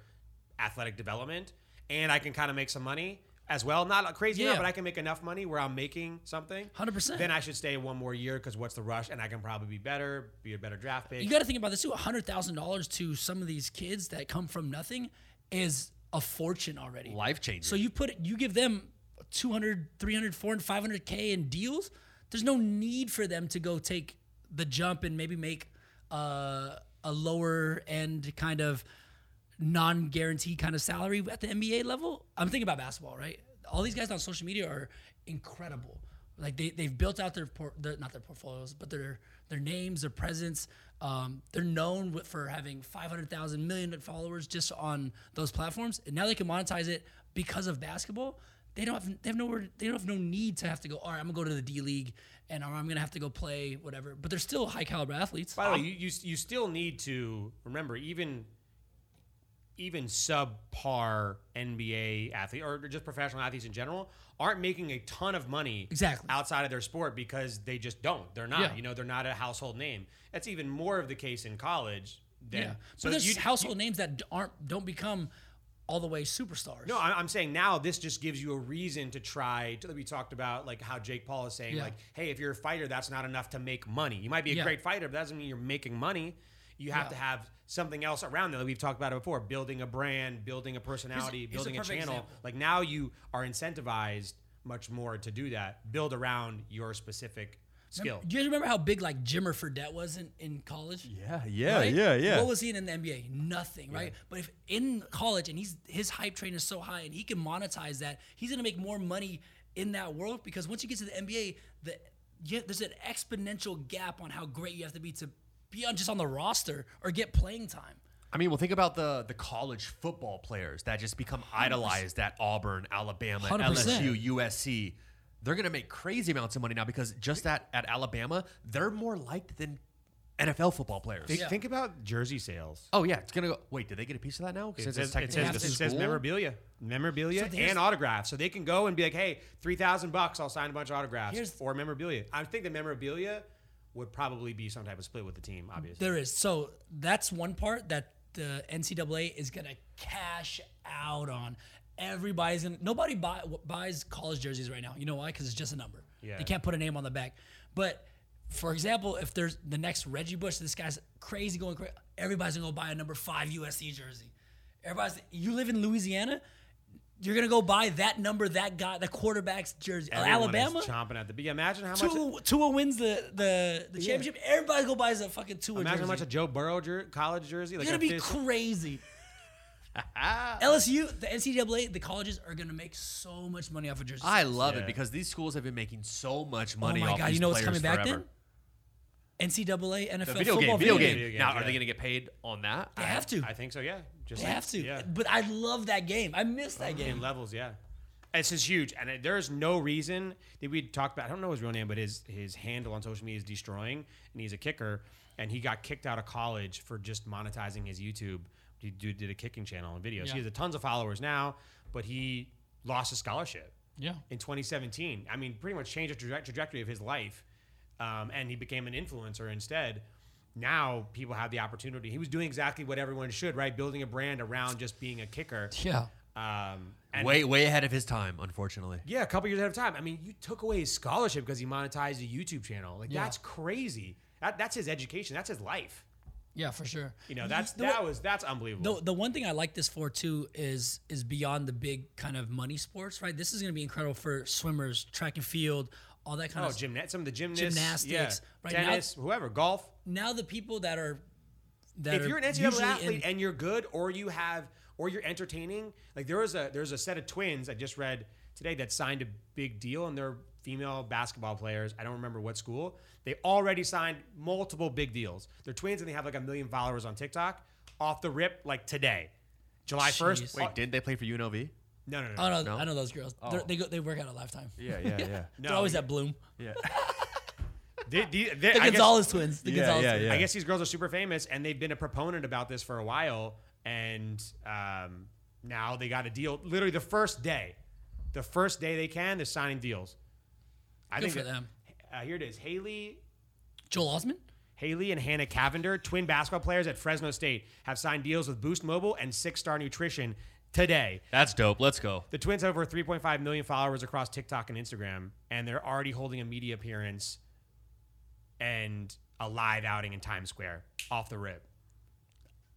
A: athletic development, and I can kind of make some money as well. Not a crazy amount,
B: Yeah.
A: but I can make enough money where I'm making something.
B: 100%.
A: Then I should stay one more year because what's the rush? And I can probably be better, be a better draft pick.
B: You got to think about this too. hundred thousand dollars to some of these kids that come from nothing is a fortune already.
C: Life changing.
B: So you put you give them 200, 300, 400, 500 k in deals. There's no need for them to go take the jump and maybe make uh, a lower end kind of non guaranteed kind of salary at the NBA level. I'm thinking about basketball, right? All these guys on social media are incredible. Like they they've built out their, por- their not their portfolios, but their their names, their presence. Um, they're known with- for having 500,000 million followers just on those platforms, and now they can monetize it because of basketball. They don't have they have nowhere they don't have no need to have to go. All right, I'm gonna go to the D League, and or I'm gonna have to go play whatever. But they're still high caliber athletes.
A: By the way, you, you you still need to remember even even subpar NBA athlete or just professional athletes in general aren't making a ton of money
B: Exactly.
A: outside of their sport because they just don't. They're not.
B: Yeah.
A: You know, they're not a household name. That's even more of the case in college. Than,
B: Yeah. but there's
A: you-
B: household names that d- aren't don't become all the way superstars.
A: No, I- I'm saying now this just gives you a reason to try. To, we talked about like how Jake Paul is saying
B: Yeah.
A: like, hey, if you're a fighter, that's not enough to make money. You might be a
B: Yeah.
A: great fighter, but that doesn't mean you're making money. You have
B: Yeah.
A: to have something else around that. Like we've talked about it before: building a brand, building a personality,
B: here's a
A: building a,
B: perfect
A: channel.
B: example.
A: Like now you are incentivized much more to do that. Build around your specific skill.
B: Do you guys remember how big like Jimmer Fredette was in, in college?
D: Yeah, yeah,
B: right?
D: yeah, yeah.
B: What was he in, in the NBA? Nothing, right? But if in college and he's his hype train is so high and he can monetize that, he's gonna make more money in that world because once you get to the NBA, the yeah, there's an exponential gap on how great you have to be to be on just on the roster or get playing time.
C: I mean, well, think about the the college football players that just become idolized at Auburn, Alabama,
B: 100%.
C: LSU, USC. They're gonna make crazy amounts of money now because just that at Alabama, they're more liked than NFL football players.
A: Think, think about jersey sales.
C: Oh yeah, it's gonna go. Wait, did they get a piece of that now?
A: It says,
C: Since it's
A: it
C: technically
A: says,
B: have
A: it
B: to-
A: says
C: school?
A: memorabilia, memorabilia,
B: So there's-
A: and autographs. So they can go and be like, "Hey, three thousand bucks, I'll sign a bunch of autographs
B: Here's-
A: or memorabilia." I think the memorabilia would probably be some type of split with the team, obviously.
B: There is. So that's one part that the NCAA is gonna cash out on. Everybody's gonna. Nobody buy, buys college jerseys right now. You know why? Because it's just a number.
A: Yeah.
B: They can't put a name on the back. But for example, if there's the next Reggie Bush, this guy's crazy going crazy. Everybody's gonna go buy a number five USC jersey. Everybody's. You live in Louisiana. You're gonna go buy that number, that guy, the quarterback's jersey.
A: Everyone is
B: Alabama,
A: chomping at the bit. Imagine how much.
B: Tua, Tua wins the the, the championship. Everybody go buys a fucking Tua
A: Imagine
B: jersey.
A: how much a Joe Burrow jer- college jersey. Like
B: It's gonna
A: a
B: be
A: fist-
B: crazy. LSU, the NCAA, the colleges are gonna make so much money off of jerseys.
C: I love
A: Yeah.
C: it because these schools have been making so much
B: oh
C: money.
B: my
C: off
B: god,
C: these
B: you know what's
C: players
B: coming back
C: forever.
B: then? NCAA, NFL
C: The video
B: football
C: game,
A: video
C: video, game.
A: game.
C: Now,
A: Yeah.
C: are they going to get paid on that?
B: They have to.
A: I think so. Yeah, just
B: They
A: like-
B: have to.
A: Yeah.
B: But I love that game. I miss that
A: in
B: game.
A: levels. Yeah, this is huge, and it- there's no reason that we talked about. I don't know his real name, but his his handle on social media is destroying, and he's a kicker, and he got kicked out of college for just monetizing his YouTube. He do, did a kicking channel and videos.
B: Yeah.
A: He has tons of followers now, but he lost his scholarship
B: Yeah.
A: in 2017. I mean, pretty much changed the traje- trajectory of his life, um, and he became an influencer instead. Now people have the opportunity. He was doing exactly what everyone should, right? Building a brand around just being a kicker.
B: Yeah.
A: Um, and
C: way, way ahead of his time, unfortunately.
A: yeah, a couple years ahead of time. I mean, you took away his scholarship because he monetized a YouTube channel. Like
B: Yeah.
A: that's crazy. That, that's his education. That's his life.
B: Yeah, for sure.
A: You know, that's that was that's unbelievable.
B: The, the one thing I like this for too is is beyond the big kind of money sports, right? This is going to be incredible for swimmers, track and field, all that kind
A: oh,
B: of stuff.
A: gymna- some of the gymnasts,
B: Gymnastics.
A: yeah,
B: Right now-
A: tennis, whoever, golf.
B: Now the people that are that
A: If
B: are
A: you're an NCAA
B: usually
A: athlete
B: in-
A: and you're good, or you have, or you're entertaining, like there was a there's a set of twins I just read today that signed a big deal, and they're female basketball players. I don't remember what school. They already signed multiple big deals. They're twins, and they have like a million followers on TikTok. Off the rip, like today, July first.
B: Jeez. Oh,
A: Wait,
C: Wait, didn't they play for UNLV?
A: no, no, no.
B: I
A: no. Oh.
B: know, I know those girls. They're- They go, they work out a lifetime.
D: Yeah, yeah, yeah.
B: They're always
A: yeah.
B: at Bloom.
A: They- they- they-
B: The
A: I guess-
B: Gonzalez twins. The
D: Yeah,
B: Gonzalez
D: yeah,
B: twins.
D: yeah.
A: I guess these girls are super famous, and they've been a proponent about this for a while. And um, now they got a deal. Literally the first day, the first day they can, they're signing deals. I
B: Good for
A: that-
B: them.
A: Uh, here it is: Haley,
B: Joel Osman?
A: Haley, and Hannah Cavender, twin basketball players at Fresno State, have signed deals with Boost Mobile and Six Star Nutrition today.
C: That's dope. Let's go.
A: The twins have over 3.5 million followers across TikTok and Instagram, and they're already holding a media appearance and a live outing in Times Square off the rip.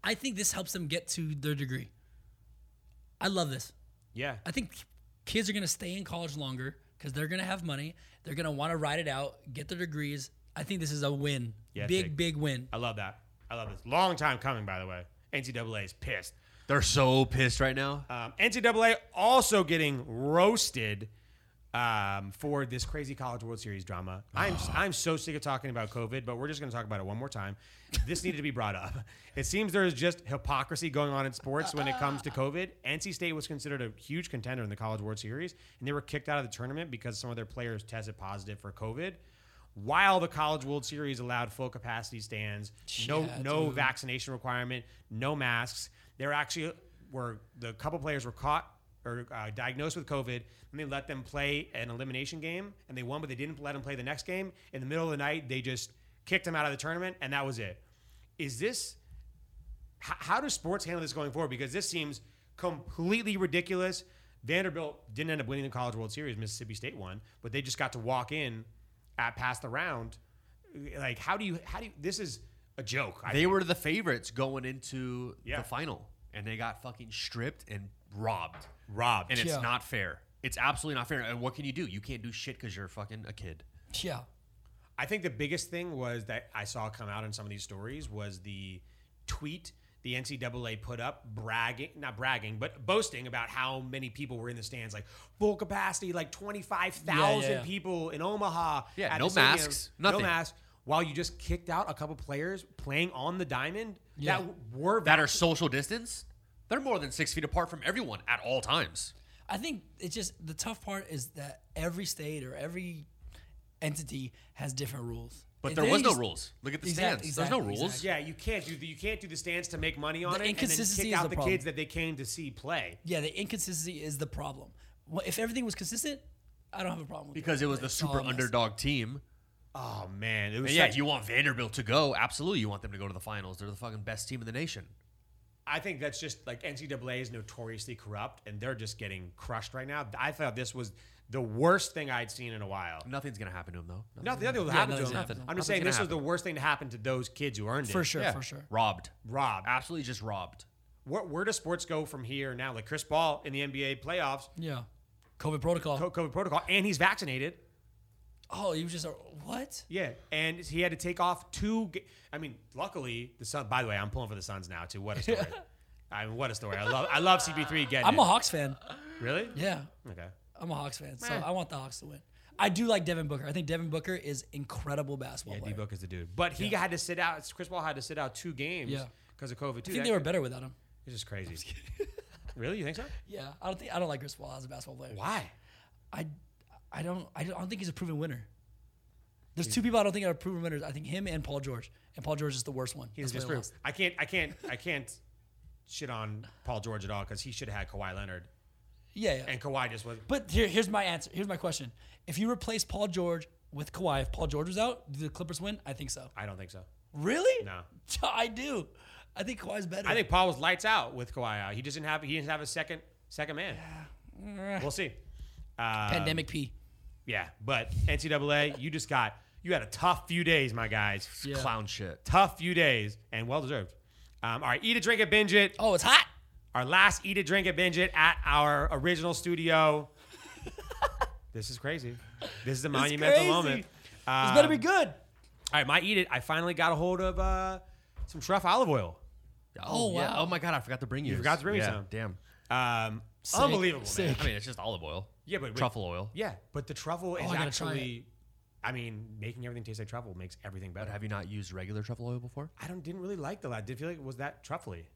B: I think this helps them get to their degree. I love this.
A: Yeah.
B: I think kids are going to stay in college longer because they're going to have money. They're going to want to ride it out, get their degrees. I think this is a win.
A: Yeah,
B: big,
A: big.
B: big, win.
A: I love that. I love this. Long time coming, by the way. NCAA is pissed.
C: They're so pissed right now.
A: Um, NCAA also getting roasted um, for this crazy College World Series drama. I'm I'm so sick of talking about COVID, but we're just going to talk about it one more time. This needed to be brought up. It seems there is just hypocrisy going on in sports when it comes to COVID. NC State was considered a huge contender in the College World Series, and they were kicked out of the tournament because some of their players tested positive for COVID. While the College World Series allowed full capacity stands, no
B: Yeah,
A: no vaccination requirement, no masks. They're actually were the couple players were caught or uh, diagnosed with COVID, and they let them play an elimination game, and they won, but they didn't let them play the next game. In the middle of the night, they just kicked them out of the tournament, and that was it. Is this h- how do sports handle this going forward? Because this seems completely ridiculous. Vanderbilt didn't end up winning the College World Series. Mississippi State won, but they just got to walk in at past the round. Like, how do you? How do you? This is a joke. I
C: They
A: think.
C: were the favorites going into
A: Yeah.
C: the final, and they got fucking stripped and robbed.
A: robbed.
C: And it's
B: Yeah.
C: not fair. It's absolutely not fair. And what can you do? You can't do shit because you're fucking a kid.
B: Yeah.
A: I think the biggest thing was that I saw come out in some of these stories was the tweet the NCAA put up bragging, not bragging, but boasting about how many people were in the stands, like full capacity, like 25,000
B: Yeah, yeah, yeah.
A: people in Omaha.
C: Yeah,
A: at
C: no
A: the stadium,
C: masks,
A: No
C: nothing.
A: masks. While you just kicked out a couple players playing on the diamond
B: Yeah.
A: that were
C: That are social distance, they're more than six feet apart from everyone at all times.
B: I think it's just the tough part is that every state or every entity has different rules.
C: But
B: And
C: there
B: then
C: was
B: you
C: no
B: just-
C: rules. Look at the
B: Exact-
C: stands. There's no
B: exactly,
C: rules.
B: exactly.
A: Yeah, you can't do the, you can't do the stands to make money on
B: The
A: it and then
B: inconsistency
A: kick
B: is
A: out
B: the
A: the
B: problem.
A: kids that they came to see play.
B: Yeah, the inconsistency is the problem. Well, if everything was consistent, I don't have a problem with
C: Because it was the
B: It's all
C: super
B: a mess.
C: underdog team.
A: Oh man, it was
C: And yeah,
A: such-
C: you want Vanderbilt to go. Absolutely. You want them to go to the finals. They're the fucking best team in the nation.
A: I think that's just like NCAA is notoriously corrupt, and they're just getting crushed right now. I thought this was the worst thing I'd seen in a while.
C: Nothing's going to happen to them, though.
A: Nothing, nothing will
B: Yeah,
A: happen to
B: nothing's
A: them.
B: happened.
A: I'm
C: Nothing's
A: just saying
C: gonna
A: this was the
C: happen.
A: worst thing to happen to those kids who earned it.
B: For sure,
C: Yeah.
B: for sure.
C: Robbed.
A: Rob,
C: Absolutely just robbed.
A: where, where does sports go from here now? Like Chris Paul in the NBA playoffs,
B: Yeah. COVID protocol.
A: co- COVID protocol, and he's vaccinated.
B: oh, you just are what?
A: Yeah, and he had to take off two. Ga- I mean, luckily the Sun. By the way, I'm pulling for the Suns now too. What a story! I mean, what a story! I love, I love CP3 getting.
B: I'm
A: it.
B: a Hawks fan.
A: really.
B: Yeah.
A: Okay.
B: I'm a Hawks fan, so I want the Hawks to win. I do like Devin Booker. I think Devin Booker is incredible basketball
A: Yeah, D
B: player.
A: Book is the dude. But he had to sit out. Chris Paul had to sit out two games
B: Yeah.
A: because of COVID. Too.
B: I think
A: That-
B: they were better without him.
A: It's just crazy. really? You think so?
B: Yeah, I don't think I don't like Chris Paul as a basketball player.
A: Why?
B: I, I don't I don't think he's a proven winner. There's two people I don't think are proven winners. I think him and Paul George. And Paul George is the worst one.
A: He was
B: That's why they
A: disproved.
B: lost.
A: I can't. I can't. I can't shit on Paul George at all because he should have had Kawhi Leonard,
B: Yeah, yeah.
A: and Kawhi just was.
B: But here, here's my answer. Here's my question. If you replace Paul George with Kawhi, if Paul George was out, do the Clippers win? I think so.
A: I don't think so.
B: Really?
A: No.
B: I do. I think Kawhi's better.
A: I think Paul was lights out with Kawhi out. He doesn't have. He didn't have a second second man. We'll see.
C: Um,
A: Uh,
B: pandemic P.
A: yeah, but NCAA, you just got. You had a tough few days, my guys.
B: Yeah.
C: Clown shit.
A: Tough few days, and well deserved. Um, all right, eat it, drink it, binge it.
B: Oh, it's hot.
A: our last eat it, drink it, binge it at our original studio. this is crazy. This is a monumental
B: crazy.
A: moment. Um,
B: this better be
C: um,
B: good.
A: All right, my eat it. I finally got a hold of uh, some truff olive oil.
B: Oh, wow.
C: Oh, my God. I forgot to bring you. You
A: forgot to bring me
C: yeah,
A: some.
C: Damn.
A: Um, unbelievable, man.
B: sick.
C: I mean, it's just olive oil.
A: Yeah, but- but-
C: truffle oil.
A: Yeah, but the truffle is
B: Oh, I gotta try
A: actually. I mean, making everything taste like truffle makes everything
C: But
A: better.
C: have you not used regular truffle oil before?
A: I don't didn't really like the lad. Did feel like it was that truffly.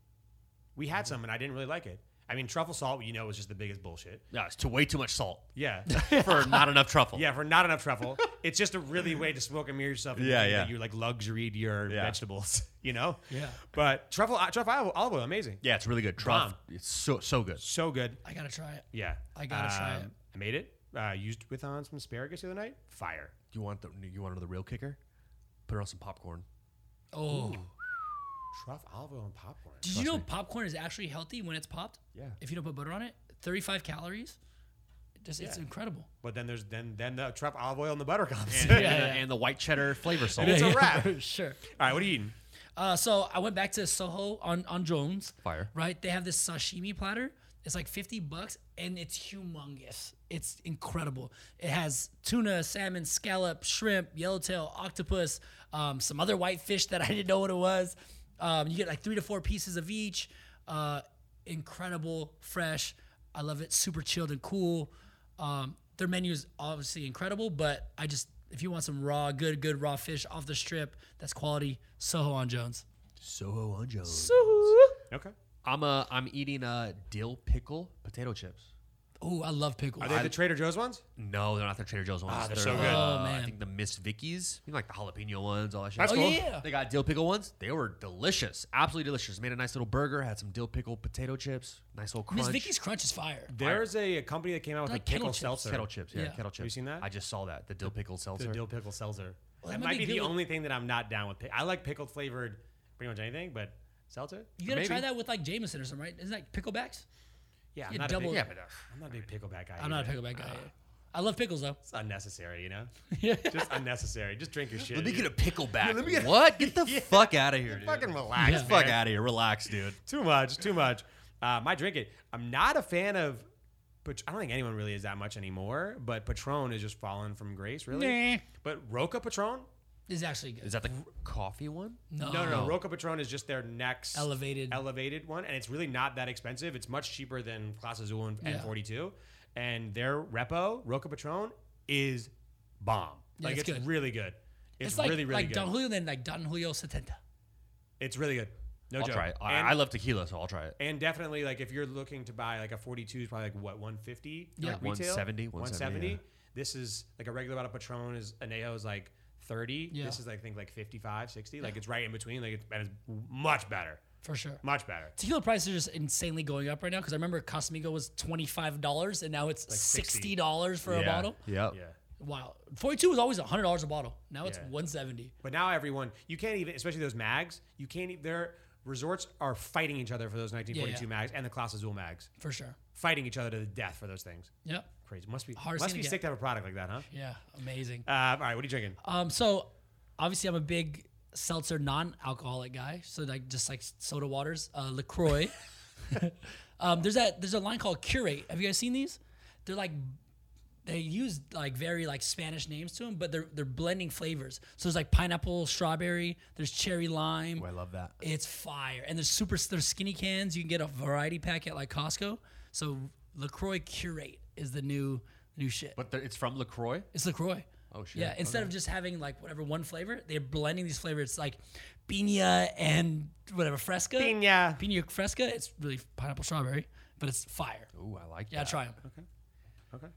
A: We
C: Mm-hmm.
A: had some and I didn't really like it. I mean, truffle salt, you know, is just the biggest bullshit.
C: Yeah, it's too way too much salt
A: Yeah.
C: for not enough truffle.
A: Yeah, for not enough truffle. it's just a really way to smoke and mirror yourself. And
C: Yeah,
A: think
C: yeah.
A: that You like luxuried your
C: Yeah.
A: vegetables, you know.
B: Yeah.
A: But truffle, uh, truffle olive, olive oil, amazing.
C: Yeah, it's really good. Truff.
A: Bomb.
C: It's so so good.
A: So good.
B: I gotta try it.
A: Yeah. Um,
B: I gotta try it.
A: I made it. Uh, used with on some asparagus the other night. Fire.
C: You want the you want to know the real kicker? Put it on some popcorn.
B: Oh.
A: Truffle olive oil and popcorn.
B: Did you know popcorn is actually healthy when it's popped?
C: Yeah.
B: If you don't put butter on it, 35 calories. Just it's incredible.
A: But then there's then then the truffle olive oil and the butter comes.
C: And, and
B: Yeah,
C: the-
B: yeah.
C: and the white cheddar flavor salt.
A: it's a wrap. All
B: sure.
A: right, what are you eating?
B: Uh, so I went back to Soho on on Jones.
C: Fire.
B: Right, they have this sashimi platter. It's like fifty bucks, and it's humongous. It's incredible. It has tuna, salmon, scallop, shrimp, yellowtail, octopus, um, some other white fish that I didn't know what it was. Um, you get like three to four pieces of each. Uh, incredible, fresh. I love it. Super chilled and cool. Um, their menu is obviously incredible, but I just if you want some raw, good, good raw fish off the strip, that's quality. Soho on Jones.
C: Soho on Jones.
A: Okay.
C: I'm a I'm eating a dill pickle potato chips.
B: Oh, I love pickles.
A: Are they the Trader Joe's ones?
C: No, they're not the Trader Joe's ones.
A: Ah, they're so good.
B: Oh,
C: I
B: man.
C: think the Miss Vickies, you know, like the jalapeno ones, all that shit.
A: That's
B: oh
A: cool.
B: yeah.
C: They got dill pickle ones. They were delicious, absolutely delicious. Made a nice little burger. Had some dill pickle potato chips. Nice little crunch.
B: Miss Vicky's crunch is fire.
A: There's a, a company that came out with
B: Like
A: a pickle
B: kettle chips.
A: seltzer.
C: kettle chips. Yeah,
B: Yeah.
C: kettle chips.
A: you seen that?
C: I just saw that the dill pickle seltzer.
A: The dill pickle seltzer. that,
B: that might
A: might be,
B: be
A: the
B: good.
A: only thing that I'm not down with. Pick- I like pickled flavored pretty much anything, but seltzer.
B: You gotta
C: Maybe.
B: try that with like Jameson or something, right? Isn't that picklebacks?
A: Yeah, I'm
B: Yeah,
A: not a
B: double-
A: big,
C: Yeah, but uh,
A: I'm not a big pickleback guy.
B: I'm not a
A: either.
B: pickleback guy. I love pickles though.
A: It's unnecessary, you know.
B: Yeah.
A: Just unnecessary. Just drink your shit.
C: let me get a
A: dude.
C: pickleback.
A: let me get a-
C: what? Get the fuck out of here, dude.
A: fucking relax.
C: Get the fuck
A: man.
C: out of here. Relax, dude.
A: Too much. Too much. Uh, my drink it. I'm not a fan of. Pat- I don't think anyone really is that much anymore. But Patron is just fallen from grace, really.
B: Nah.
A: But Roca Patron?
B: This is actually good.
C: Is that the coffee one?
B: No,
A: No, no, no. Roca Patron is just their next
B: Oh. Elevated.
A: elevated one, and it's really not that expensive. It's much cheaper than Class Azul and, and
B: Yeah.
A: 42. And their repo, Roca Patron, is bomb.
B: Yeah,
A: like
B: it's
A: it's,
B: good.
A: really good. It's,
B: like
A: really, really
B: like
A: good.
B: Don Julio, then like Don Julio Setenta.
A: it's really good. No
C: I'll
A: joke.
C: try it. I,
A: And-
C: I love tequila, so I'll try it.
A: And definitely, like if you're looking to buy like a 42 is probably like what 150,
B: Yeah.
A: like
B: Like
C: 170, 170, yeah.
A: This is like a regular bottle Patron is Anejo is like 30.
B: Yeah.
A: This is I think like 55, 60. Like it's right in between. Like it's, and it's much better,
B: For sure.
A: much better.
B: Tequila prices are just insanely going up right now because I remember Cosmigo was twenty five dollars and now it's sixty
A: 60.
B: dollars for a bottle.
C: Yep.
A: Yeah.
B: Wow, forty two was always hundred dollars a bottle. Now it's
A: Yeah.
B: one seventy.
A: But now everyone, you can't even, especially those mags, you can't. e- Their resorts are fighting each other for those 1942
B: Yeah,
A: mags and the Class Azul mags,
B: For sure.
A: fighting each other to the death for those things.
B: Yep.
A: Crazy. Must be
B: Hardest
A: must
B: thing
A: be
B: to
A: sick to have a product like that, huh?
B: Yeah. Amazing.
A: Uh, all right, what are you drinking?
B: Um, so obviously I'm a big seltzer non-alcoholic guy. So like just like soda waters, uh, Lacroix. um, there's that there's a line called Curate. Have you guys seen these? They're like they use like very like Spanish names to them, but they're they're blending flavors. So there's like pineapple, strawberry. There's cherry lime.
C: I love that.
B: It's fire, and there's super there's skinny cans. You can get a variety pack at like Costco. So Lacroix Curate is the new new shit.
C: But the, it's from Lacroix.
B: It's Lacroix.
C: Oh, shit.
B: Yeah, instead of just having like whatever one flavor, they're blending these flavors. It's like pina and whatever fresca.
A: Piña.
B: Pina fresca. It's really pineapple strawberry, but it's fire.
C: Ooh, I like
B: Yeah,
C: that.
B: try them.
A: Okay.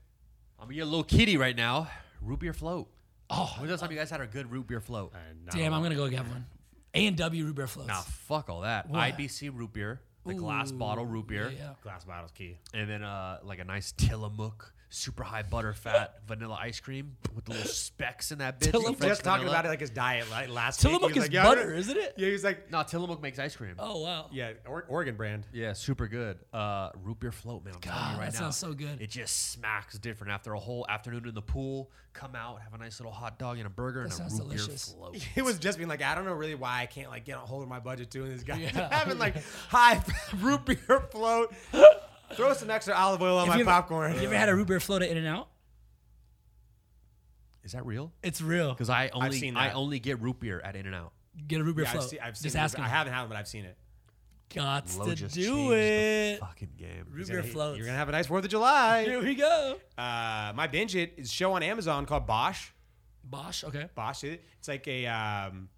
C: I'm gonna get a little kitty right now. Root beer float.
B: Oh,
C: When's the
A: uh,
C: last time you guys had a good root beer float?
B: damn! I'm gonna go get one. A and W root beer floats.
C: Nah, fuck all that.
B: What?
C: IBC root beer, the glass bottle root beer,
B: Yeah.
A: Glass bottles key.
C: and then uh, like a nice Tillamook, super high butter fat vanilla ice cream with the little specks in that bitch.
B: Tillamook-
A: He just talking about it like his diet like, last week.
B: Tillamook
A: He was
B: is
A: like, yeah,
B: butter, isn't it?
A: Yeah, he's like,
C: No, Tillamook makes ice cream.
B: Oh wow.
A: yeah, or- Oregon brand.
C: Yeah, super good. Uh, root beer float, man. I'm telling
B: God,
C: you right
B: that
C: now,
B: sounds so good.
C: It just smacks different after a whole afternoon in the pool. Come out, have a nice little hot dog and a burger and a root
B: sounds delicious.
C: beer float.
A: He was just being like, I don't know really why I can't like get a hold of my budget doing this guy
B: Yeah.
A: having like high root beer float. Throw some extra olive oil on
B: If
A: my
B: you ever-
A: popcorn.
B: You ever had a root beer float at In and Out?
C: Is that real?
B: It's real.
C: Because I only
A: seen
C: I
A: that.
C: only get root beer at In and Out.
B: Get a root beer
A: yeah, I've,
B: float.
A: seen, I've seen
B: Just
A: it,
B: ask
A: but
B: him.
A: I haven't had one, but I've seen it.
B: Got
C: Low
B: to
C: just
B: do
C: changed
B: it.
C: The fucking game.
B: Root beer floats.
A: You're gonna have a nice Fourth of July.
B: Here we go.
A: Uh, my binge it is a show on Amazon called Bosch.
B: Bosch. Okay.
A: Bosch. It- It's like a um,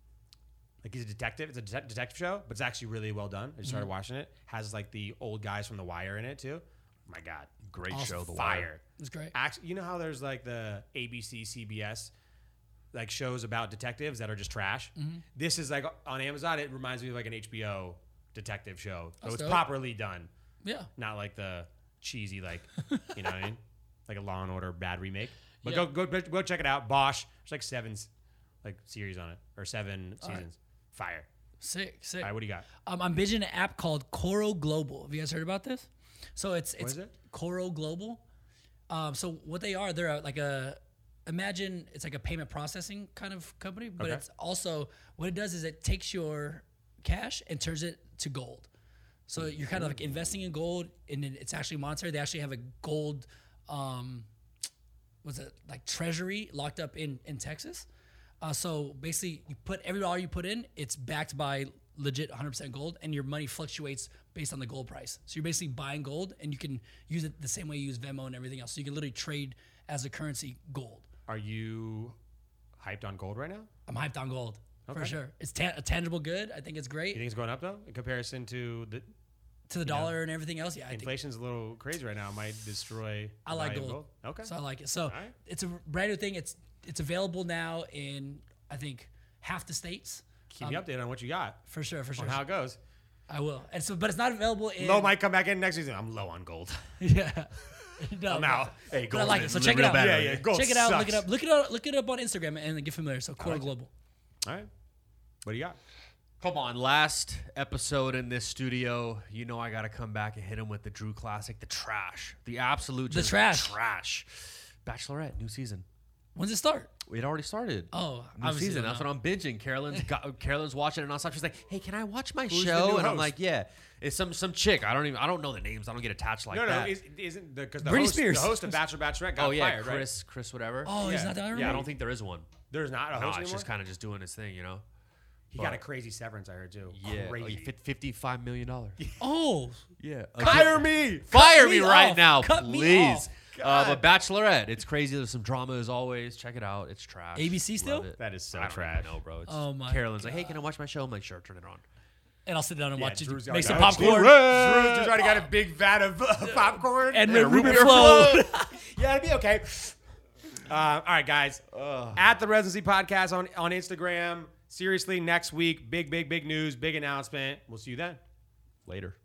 A: like he's a detective. It's a det- detective show, but it's actually really well done. I just
B: Mm-hmm.
A: started watching it. Has like the old guys from The Wire in it too. My God,
C: Great show, The
A: fire.
C: Wire.
B: It's great.
A: Actually, you know how there's like the ABC, CBS, like shows about detectives that are just trash.
B: Mm-hmm.
A: This is like on Amazon. It reminds me of like an HBO detective show. So
B: That's
A: it's
B: dope.
A: properly done,
B: Yeah.
A: not like the cheesy like, you know what I mean? Like a Law and Order bad remake. But
B: Yeah.
A: go go go check it out. Bosch. There's like seven s- like series on it or seven seasons. Fire.
B: Sick. Sick.
A: All right, what do you got?
B: Um, I'm binging an app called Coro Global. Have you guys heard about this? So it's it's
A: is it?
B: Coro Global. Um, so what they are, they're a, like a imagine it's like a payment processing kind of company, but
A: Okay.
B: it's also what it does is it takes your cash and turns it to gold. So you're kind of like investing in gold, and then it's actually monetary. They actually have a gold, um, was it like treasury locked up in in Texas? Uh, so basically, you put every dollar you put in, it's backed by legit 100% gold, and your money fluctuates based on the gold price. So you're basically buying gold, and you can use it the same way you use Venmo and everything else. So you can literally trade as a currency gold.
A: Are you hyped on gold right now?
B: I'm hyped on gold for
A: Okay.
B: sure. It's ta- a tangible good. I think it's great
A: You think it's going up though in comparison to the
B: to the dollar and everything else. Yeah, I think
A: inflation's a little crazy right now. It might destroy.
B: I
A: the
B: like
A: value
B: gold.
A: of Okay.
B: So I like it. So
A: right.
B: it's a brand new thing. It's it's available now in I think half the states
A: Keep me updated on what you got
B: for sure. um, For sure,
A: on how it goes.
B: I will. And so, but it's not available in
A: Low might come back in next season. I'm low on gold.
B: Yeah. no,
A: I'm
B: but-
A: out. Hey,
B: But I
A: gold.
B: like it. So check it
C: real
B: out.
C: bad
A: Yeah, yeah. Gold
B: check it out. Look
A: sucks.
B: it up. Look it up. Look it up on Instagram and get familiar. So Core Global.
A: All right. What do you got?
C: Come on, last episode in this studio, you know I got to come back and hit him with the Drew Classic, the trash, the absolute
B: The
C: just
B: trash.
C: trash. Bachelorette, new season.
B: When's it start?
C: It already started.
B: Oh,
C: new
B: obviously
C: season.
B: not.
C: That's what I'm binging. Carolyn's got, Carolyn's watching it nonstop. She's like, "Hey, can I watch my
A: Who's the
C: show?"
A: new
C: And I'm
A: host?
C: like, "Yeah." It's some some chick. I don't even I don't know the names. I don't get attached like
A: No, no,
C: that.
A: is, isn't the because the,
B: Britney
A: host- the
B: Spears.
A: host of Bachelor Bachelorette got
C: oh yeah,
A: fired, right?
C: Chris Chris whatever.
B: Oh, he's
A: Yeah.
B: not that
A: Yeah, I
B: already?
C: yeah, I don't think there is one.
A: There's not a
C: No,
A: host
C: it's
A: anymore.
C: just kind of just doing his thing, you know.
A: he
C: but-
A: got a crazy severance, I heard too.
C: Yeah, oh,
A: crazy.
C: you fit- fifty-five million dollars.
B: Oh,
C: Yeah,
A: Fire me!
C: Fire
B: me
C: me, right
B: off.
C: now,
B: Cut me
C: please. Uh,
A: God.
C: but Bachelorette, it's crazy. There's some drama as always. Check it out. It's trash.
B: ABC still?
C: Love it.
A: That is so
C: I don't even
A: trash.
C: know, bro. It's
B: Oh my
C: Carolyn's like, hey, can I watch my show? I'm like, sure, turn it on.
B: and I'll sit down and
A: Yeah,
B: watch
A: Drew's
B: it.
A: got-
B: Make some
A: got-
B: popcorn.
A: Drew's just already got a big vat of uh, popcorn
B: And
A: a
B: Red Ruby
A: Ruby
B: Flow.
A: yeah, it'd be okay. Uh, all right, guys. At the Residency Podcast on, on Instagram. Seriously, next week, big, big, big news, big announcement. We'll see you then.
C: Later.